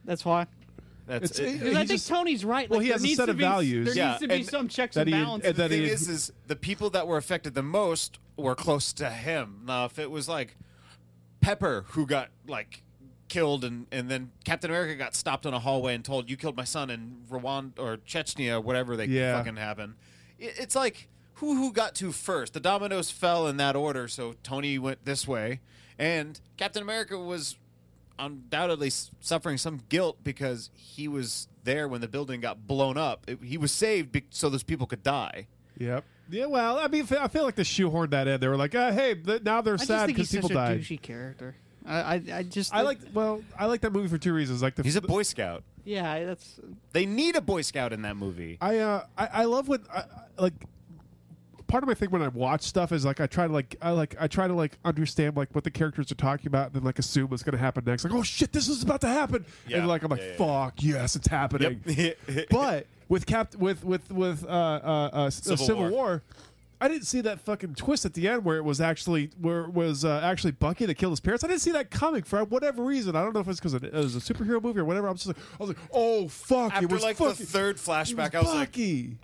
that's why. That's It's- it. it- Because I He think just- Tony's right. well, like, he there has a needs set to of be s- values. There Yeah, needs to be and some checks that and he- balances. that the thing he- is, is the people that were affected the most were close to him. Now, if it was like Pepper who got like killed, and and then Captain America got stopped in a hallway and told, "You killed my son in Rwanda or Chechnya, whatever they Yeah. fucking happened." It, it's like who who got to first? The dominoes fell in that order, so Tony went this way, and Captain America was undoubtedly s- suffering some guilt because he was there when the building got blown up. It- he was saved be- so those people could die. Yep. Yeah. Well, I mean, I feel like they shoehorned that in. They were like, uh, "Hey, th- now they're I just sad think because he's people such a died." douchey character. I, I, I just I like well, I like that movie for two reasons. Like the He's a Boy Scout. yeah, that's They need a Boy Scout in that movie. I uh I, I love when I, I- like part of my thing when I watch stuff is like I try to like I like I try to like understand like what the characters are talking about and then like assume what's gonna happen next. Like oh shit, this is about to happen. Yeah. And like I'm like Yeah, yeah, fuck yes, it's happening. [laughs] but with cap with with with uh uh, uh Civil, Civil War. War. I didn't see that fucking twist at the end where it was actually where it was uh, actually Bucky that killed his parents. I didn't see that coming for whatever reason. I don't know if it's because it was a superhero movie or whatever. I'm just like I was like, oh fuck! After it was like fucking, the third flashback, it I was was like, "Oh." Bucky.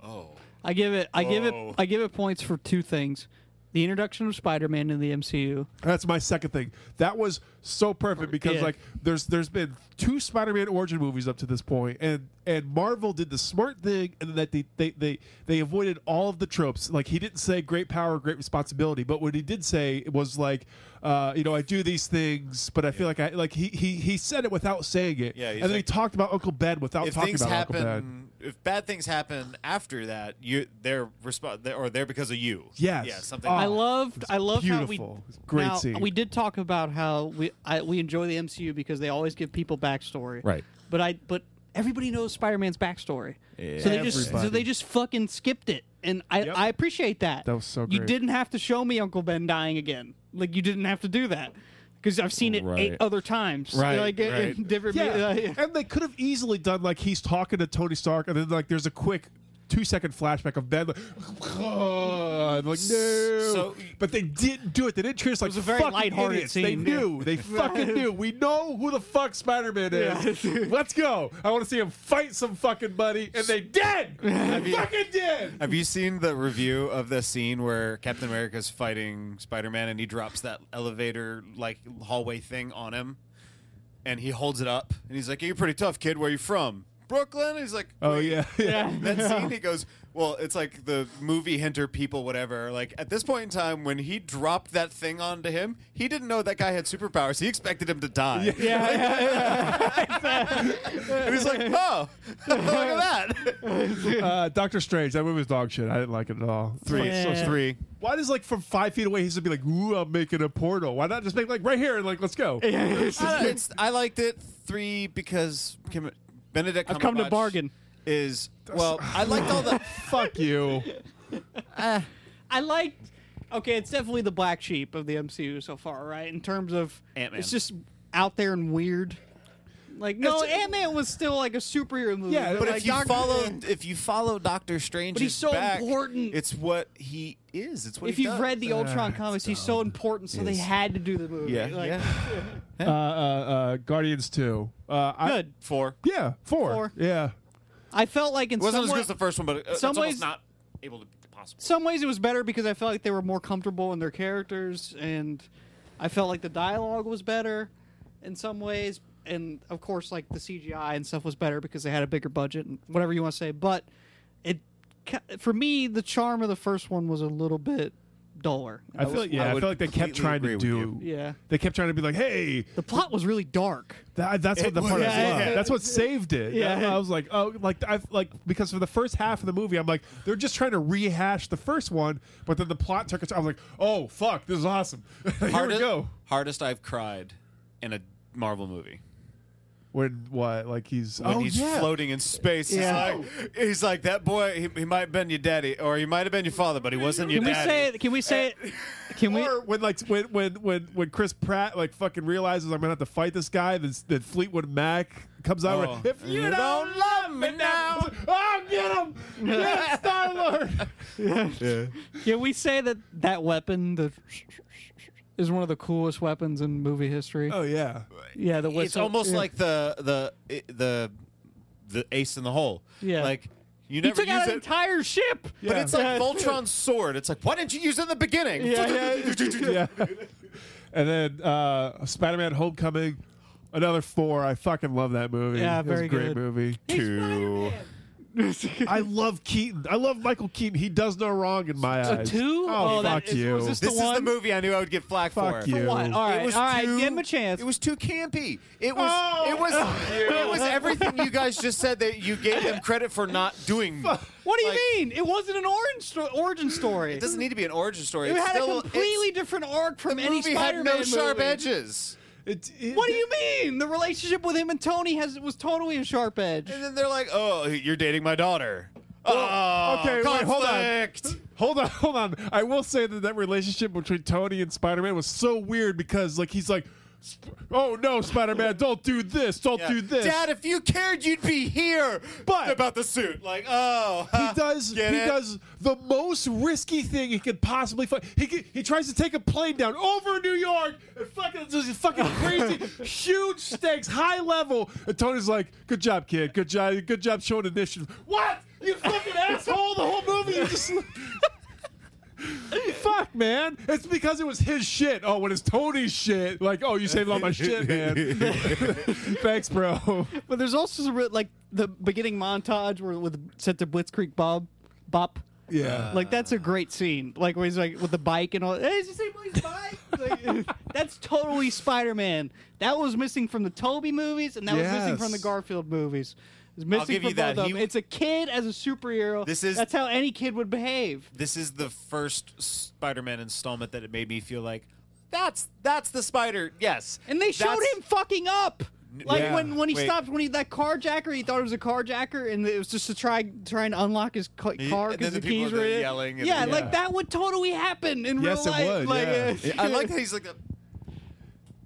I give it I give Whoa. it I give it points for two things: the introduction of Spider-Man in the MCU. That's my second thing. That was so perfect because Yeah. like there's there's been two Spider-Man origin movies up to this point, and and Marvel did the smart thing, and that they they they, they avoided all of the tropes. Like he didn't say great power, great responsibility, but what he did say was like, uh, you know, I do these things, but I feel like I like he he he said it without saying it. Yeah, he's and then like, he talked about Uncle Ben without if talking things about Uncle Ben. happen, if bad things happen after that, you they're resp- they- or they're because of you. Yes. yeah, something. Oh. I like loved I loved how beautiful. we It's a great now, scene. We did talk about how we I, we enjoy the MCU because they always give people backstory. Right. But I but everybody knows Spider-Man's backstory. So they just so Everybody. they just fucking skipped it. And I, Yep. I appreciate that. That was so You great. didn't have to show me Uncle Ben dying again. Like you didn't have to do that. Because I've seen it Right. eight other times. Right, Like in- in right. different uh, yeah. and they could have easily done like he's talking to Tony Stark, and then like there's a quick two second flashback of Ben, like, [laughs] and, like no. So- but they didn't do it. They didn't treat us like was a very fucking lighthearted idiots. They scene, yeah. knew. [laughs] They fucking knew. We know who the fuck Spider Man [laughs] is. Let's go. I want to see him fight some fucking buddy, and they [laughs] did. They fucking did. Have you seen the review of the scene where Captain America's fighting Spider Man and he drops that elevator like hallway thing on him, and he holds it up and he's like, "You're pretty tough, kid. Where you from? Brooklyn." And he's like, Oh "Wait." yeah, [laughs] [laughs] yeah. That scene, he goes, "Well, it's like the movie hinter people, whatever." Like at this point in time, when he dropped that thing onto him, he didn't know that guy had superpowers. He expected him to die. yeah, yeah, yeah. [laughs] and he's like, "Oh, look at that!" Uh, Doctor Strange. That movie was dog shit. I didn't like it at all. Three, Yeah. three. Why does like from five feet away he's gonna be like, "Ooh, I'm making a portal"? Why not just make like right here and like let's [laughs] go? I, don't- it's, I liked it three because Kim, Benedict. I've come to Cumberbatch bargain. Is well, I liked all [laughs] the. Fuck you. I liked. Okay, it's definitely the black sheep of the MCU so far, right? In terms of Ant-Man. it's just out there and weird. Like no, It's- Ant Man was still like a superhero movie. Yeah, But like, if you Doctor- follow, if you follow Doctor Strange, he's so important. It's what he is. It's what if he you've does. Uh, read the Ultron comics, he's so important, so they had to do the movie. yeah, like, yeah, uh, uh, uh, Guardians Two. Uh, I, good. [sighs] four. Yeah, four. Four. Yeah. I felt like in It wasn't some, as good way- as the first one, but it, it's some almost ways- not able to be possible. some ways it was better because I felt like they were more comfortable in their characters, and I felt like the dialogue was better in some ways, and of course, like the CGI and stuff was better because they had a bigger budget and whatever you want to say. But it, ca- for me, the charm of the first one was a little bit duller. I feel like, yeah, I, would feel like they kept completely trying to agree do. with Yeah. They kept trying to be like, hey, The plot was really dark. that, that's what the part was. I love. Yeah. That's what saved it. Yeah. That's why I was like, oh, like I like because for the first half of the movie, I'm like, they're just trying to rehash the first one, but then the plot took its. I was like, oh fuck, this is awesome. [laughs] Here hardest, we go. hardest I've cried in a Marvel movie. When what? Like he's When oh he's yeah. floating in space, Yeah. he's, like, he's like that boy. He, he might have been your daddy, or he might have been your father, but he wasn't your Can we daddy. say it? Can we say [laughs] it? Can we? Or when like when when when when Chris Pratt like fucking realizes I'm gonna have to fight this guy, then then Fleetwood Mac comes out. Oh. and If you, You don't, don't love me now, oh get him, get Star [laughs] Lord. Can we say that that weapon the is one of the coolest weapons in movie history? Oh yeah, yeah, the it's whistle- almost yeah. like the the i- the the ace in the hole. Yeah. like you He never took use out an it. entire ship. but it's like Voltron's sword. It's like, why didn't you use it in the beginning? [laughs] yeah. [laughs] And then uh, Spider-Man: Homecoming, another four. I fucking love that movie. Yeah, It was very a great good. [laughs] movie. Two. I love Keaton. I love Michael Keaton. He does no wrong in my A eyes. two? Oh, Oh, that fuck is- you. was this This The is the one- movie I knew I would get flack Fuck for. you. What? All right, It was all right. too- Give him a chance. It was too campy. It was. Oh, it [laughs] was. It was everything you guys just said that you gave them credit for not doing. what do you like- mean? It wasn't an orange sto- origin story. It doesn't need to be an origin story. It it's had still, a completely different arc from it's, the any movie had Spider-Man no sharp movie. edges. It's it, What do you mean? The relationship with him and Tony has was totally a sharp edge. And then they're like, "Oh, you're dating my daughter." oh, okay, wait, hold on. conflict. Hold on, [laughs] hold on. I will say that that relationship between Tony and Spider Man was so weird because like he's like, "Sp- oh no, Spider Man, don't do this, don't do this. Dad, if you cared, you'd be here. But- about the suit, like, oh, [laughs] he does. He Get it? does the most risky thing he could possibly. Fi- he could, he tries to take a plane down over New York and fucking it's just [laughs] fucking crazy, huge stakes, high level. And Tony's like, "Good job, kid. Good job. Good job showing initiative." What? You fucking asshole! The whole movie you just. [laughs] Fuck, man! It's because it was his shit. Oh, when it's Tony's shit, like, oh, you saved all my [laughs] shit, man. [laughs] Thanks, bro. But there's also some re- like the beginning montage where with set to Blitzkrieg Bob, Bop. Yeah. Like that's a great scene. Like where he's like with the bike and all. Hey, did you see Blaze's bike? [laughs] Like, that's totally Spider-Man. That was missing from the Toby movies, and that was missing from the Yes. Garfield movies. It's missing give from you both that. of them. He- It's a kid as a superhero. This is- that's how any kid would behave. this is the first Spider-Man installment that it made me feel like that's that's the Spider. Yes, And they showed That's- him fucking up. Like Yeah. when, when he Wait. stopped when he that carjacker he thought it was a carjacker and it was just to try trying to unlock his ca- Yeah, car and because then the the keys people were are in. yelling and yeah, then- like that would totally happen in Yes, it real life. would, like, yeah. uh, I like that he's like,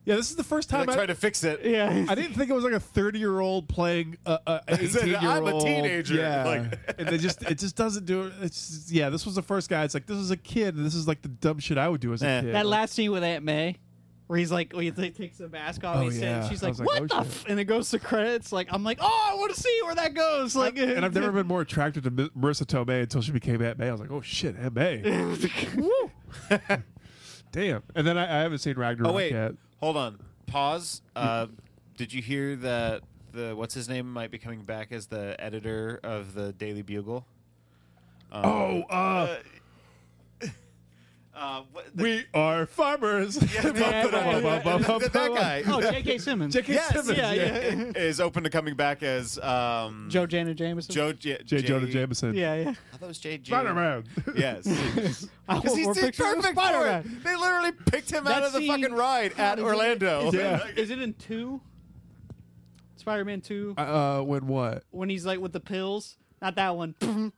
Yeah, this is the first time like I trying to fix it. [laughs] yeah. I didn't think it was like a thirty-year-old playing a- a said, eighteen-year-old. "I'm a teenager." Yeah, Like- and they just it just doesn't do it. It's just- yeah, this was the first guy. It's like this is a kid, and this is like the dumb shit I would do as a Eh. kid. That last scene with Aunt May, where he's like, well, he t- takes the mask off, Oh, and he yeah. says, she's I like, was like, "What oh, the?" shit. F-? And it goes to credits. Like, I'm like, "Oh, I want to see where that goes." [laughs] Like, and I've never been more attracted to Mi- Marissa Tomei until she became Aunt May. I was like, oh shit, Aunt May. [laughs] Oh, Woo. Damn. And then I, I haven't seen Ragnarok Oh wait, yet. hold on, pause. Uh, did you hear that the what's his name might be coming back as the editor of the Daily Bugle? Oh, uh, Uh, what, [laughs] we are farmers. yeah, that guy. Oh, J.K. Simmons, J.K. Yes, Simmons. yeah, [laughs] yeah. is open to coming back as um, Joe Janet Jameson. Joe J- [laughs] J. Jonah Jameson. Yeah, yeah. I thought it was J. J. Spider-Man. Yes, [laughs] I [laughs] want because he's more he's pictures of perfect for Spider-Man. it. They literally picked him out That of the scene- fucking ride at Is it- Orlando. is it- Yeah. Is it in two? Spider-Man two, [laughs] Uh, when what? when he's like with the pills. Not that one. [laughs]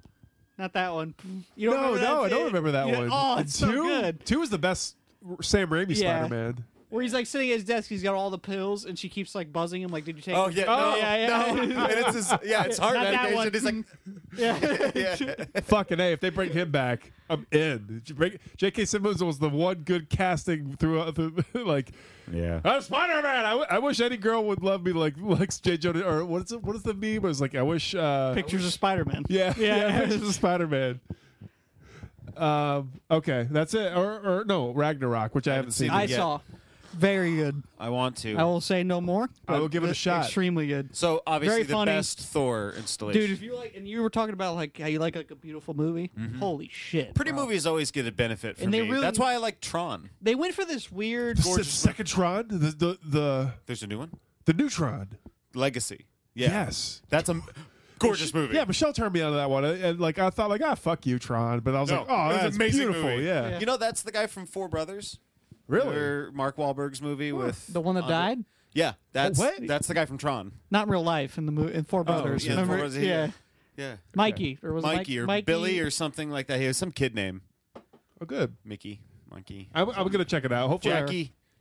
Not that one. You don't No, no, remember that I don't scene? remember that You one. don't- Oh, it's two, so good. Two is the best Sam Raimi Yeah. Spider-Man. Where he's like sitting at his desk, he's got all the pills, and she keeps like buzzing him, like, "Did you take?" Oh them?" yeah, no, no. and it's his, yeah, [laughs] it's heart Not that medication. one. He's like, [laughs] yeah. [laughs] yeah. Fucking a! If they bring him back, I'm in. Bring- J.K. Simmons was the one good casting throughout. The, [laughs] like, Yeah. I'm Spider-Man. I, w- I wish any girl would love me like like J. Jonah. Or what is it? What is the meme? It was like I wish. Uh, Pictures of Spider-Man. yeah, yeah, yeah. [laughs] pictures of Spider-Man. Um. Okay, that's it. Or, or no, Ragnarok, which I, haven't seen. I yet. Yeah. saw. Very good. I want to. I will say no more. I will but give it a this- shot. Extremely good. So obviously Very the funny. best Thor installation. Dude, if you like, and you were talking about like how you like like a beautiful movie. Holy shit! pretty bro. movies always get a benefit from And they me. really- That's why I like Tron. They went for this weird. This is gorgeous. second Tron, the the the There's a new one, the Neutron. Legacy. Yeah. Yes. That's a [laughs] m- gorgeous movie. Yeah, Michelle turned me on to that one, and, and, like I thought, like ah, fuck you, Tron, but I was No, like, oh, it was an that's amazing beautiful, movie. yeah. You know, that's the guy from Four Brothers. really. Or Mark Wahlberg's movie with The one that Andre- died, Yeah, that's what? that's the guy from Tron. not in real life, in the movie in Four Brothers. yeah, Four Remember? Brothers, yeah. yeah. Yeah, Mikey or was it Mikey Mike- or Mikey? Billy or something like that. He has some kid name, Oh, good. Mickey, Monkey, I'm, I'm gonna check it out. Hopefully, Jackie,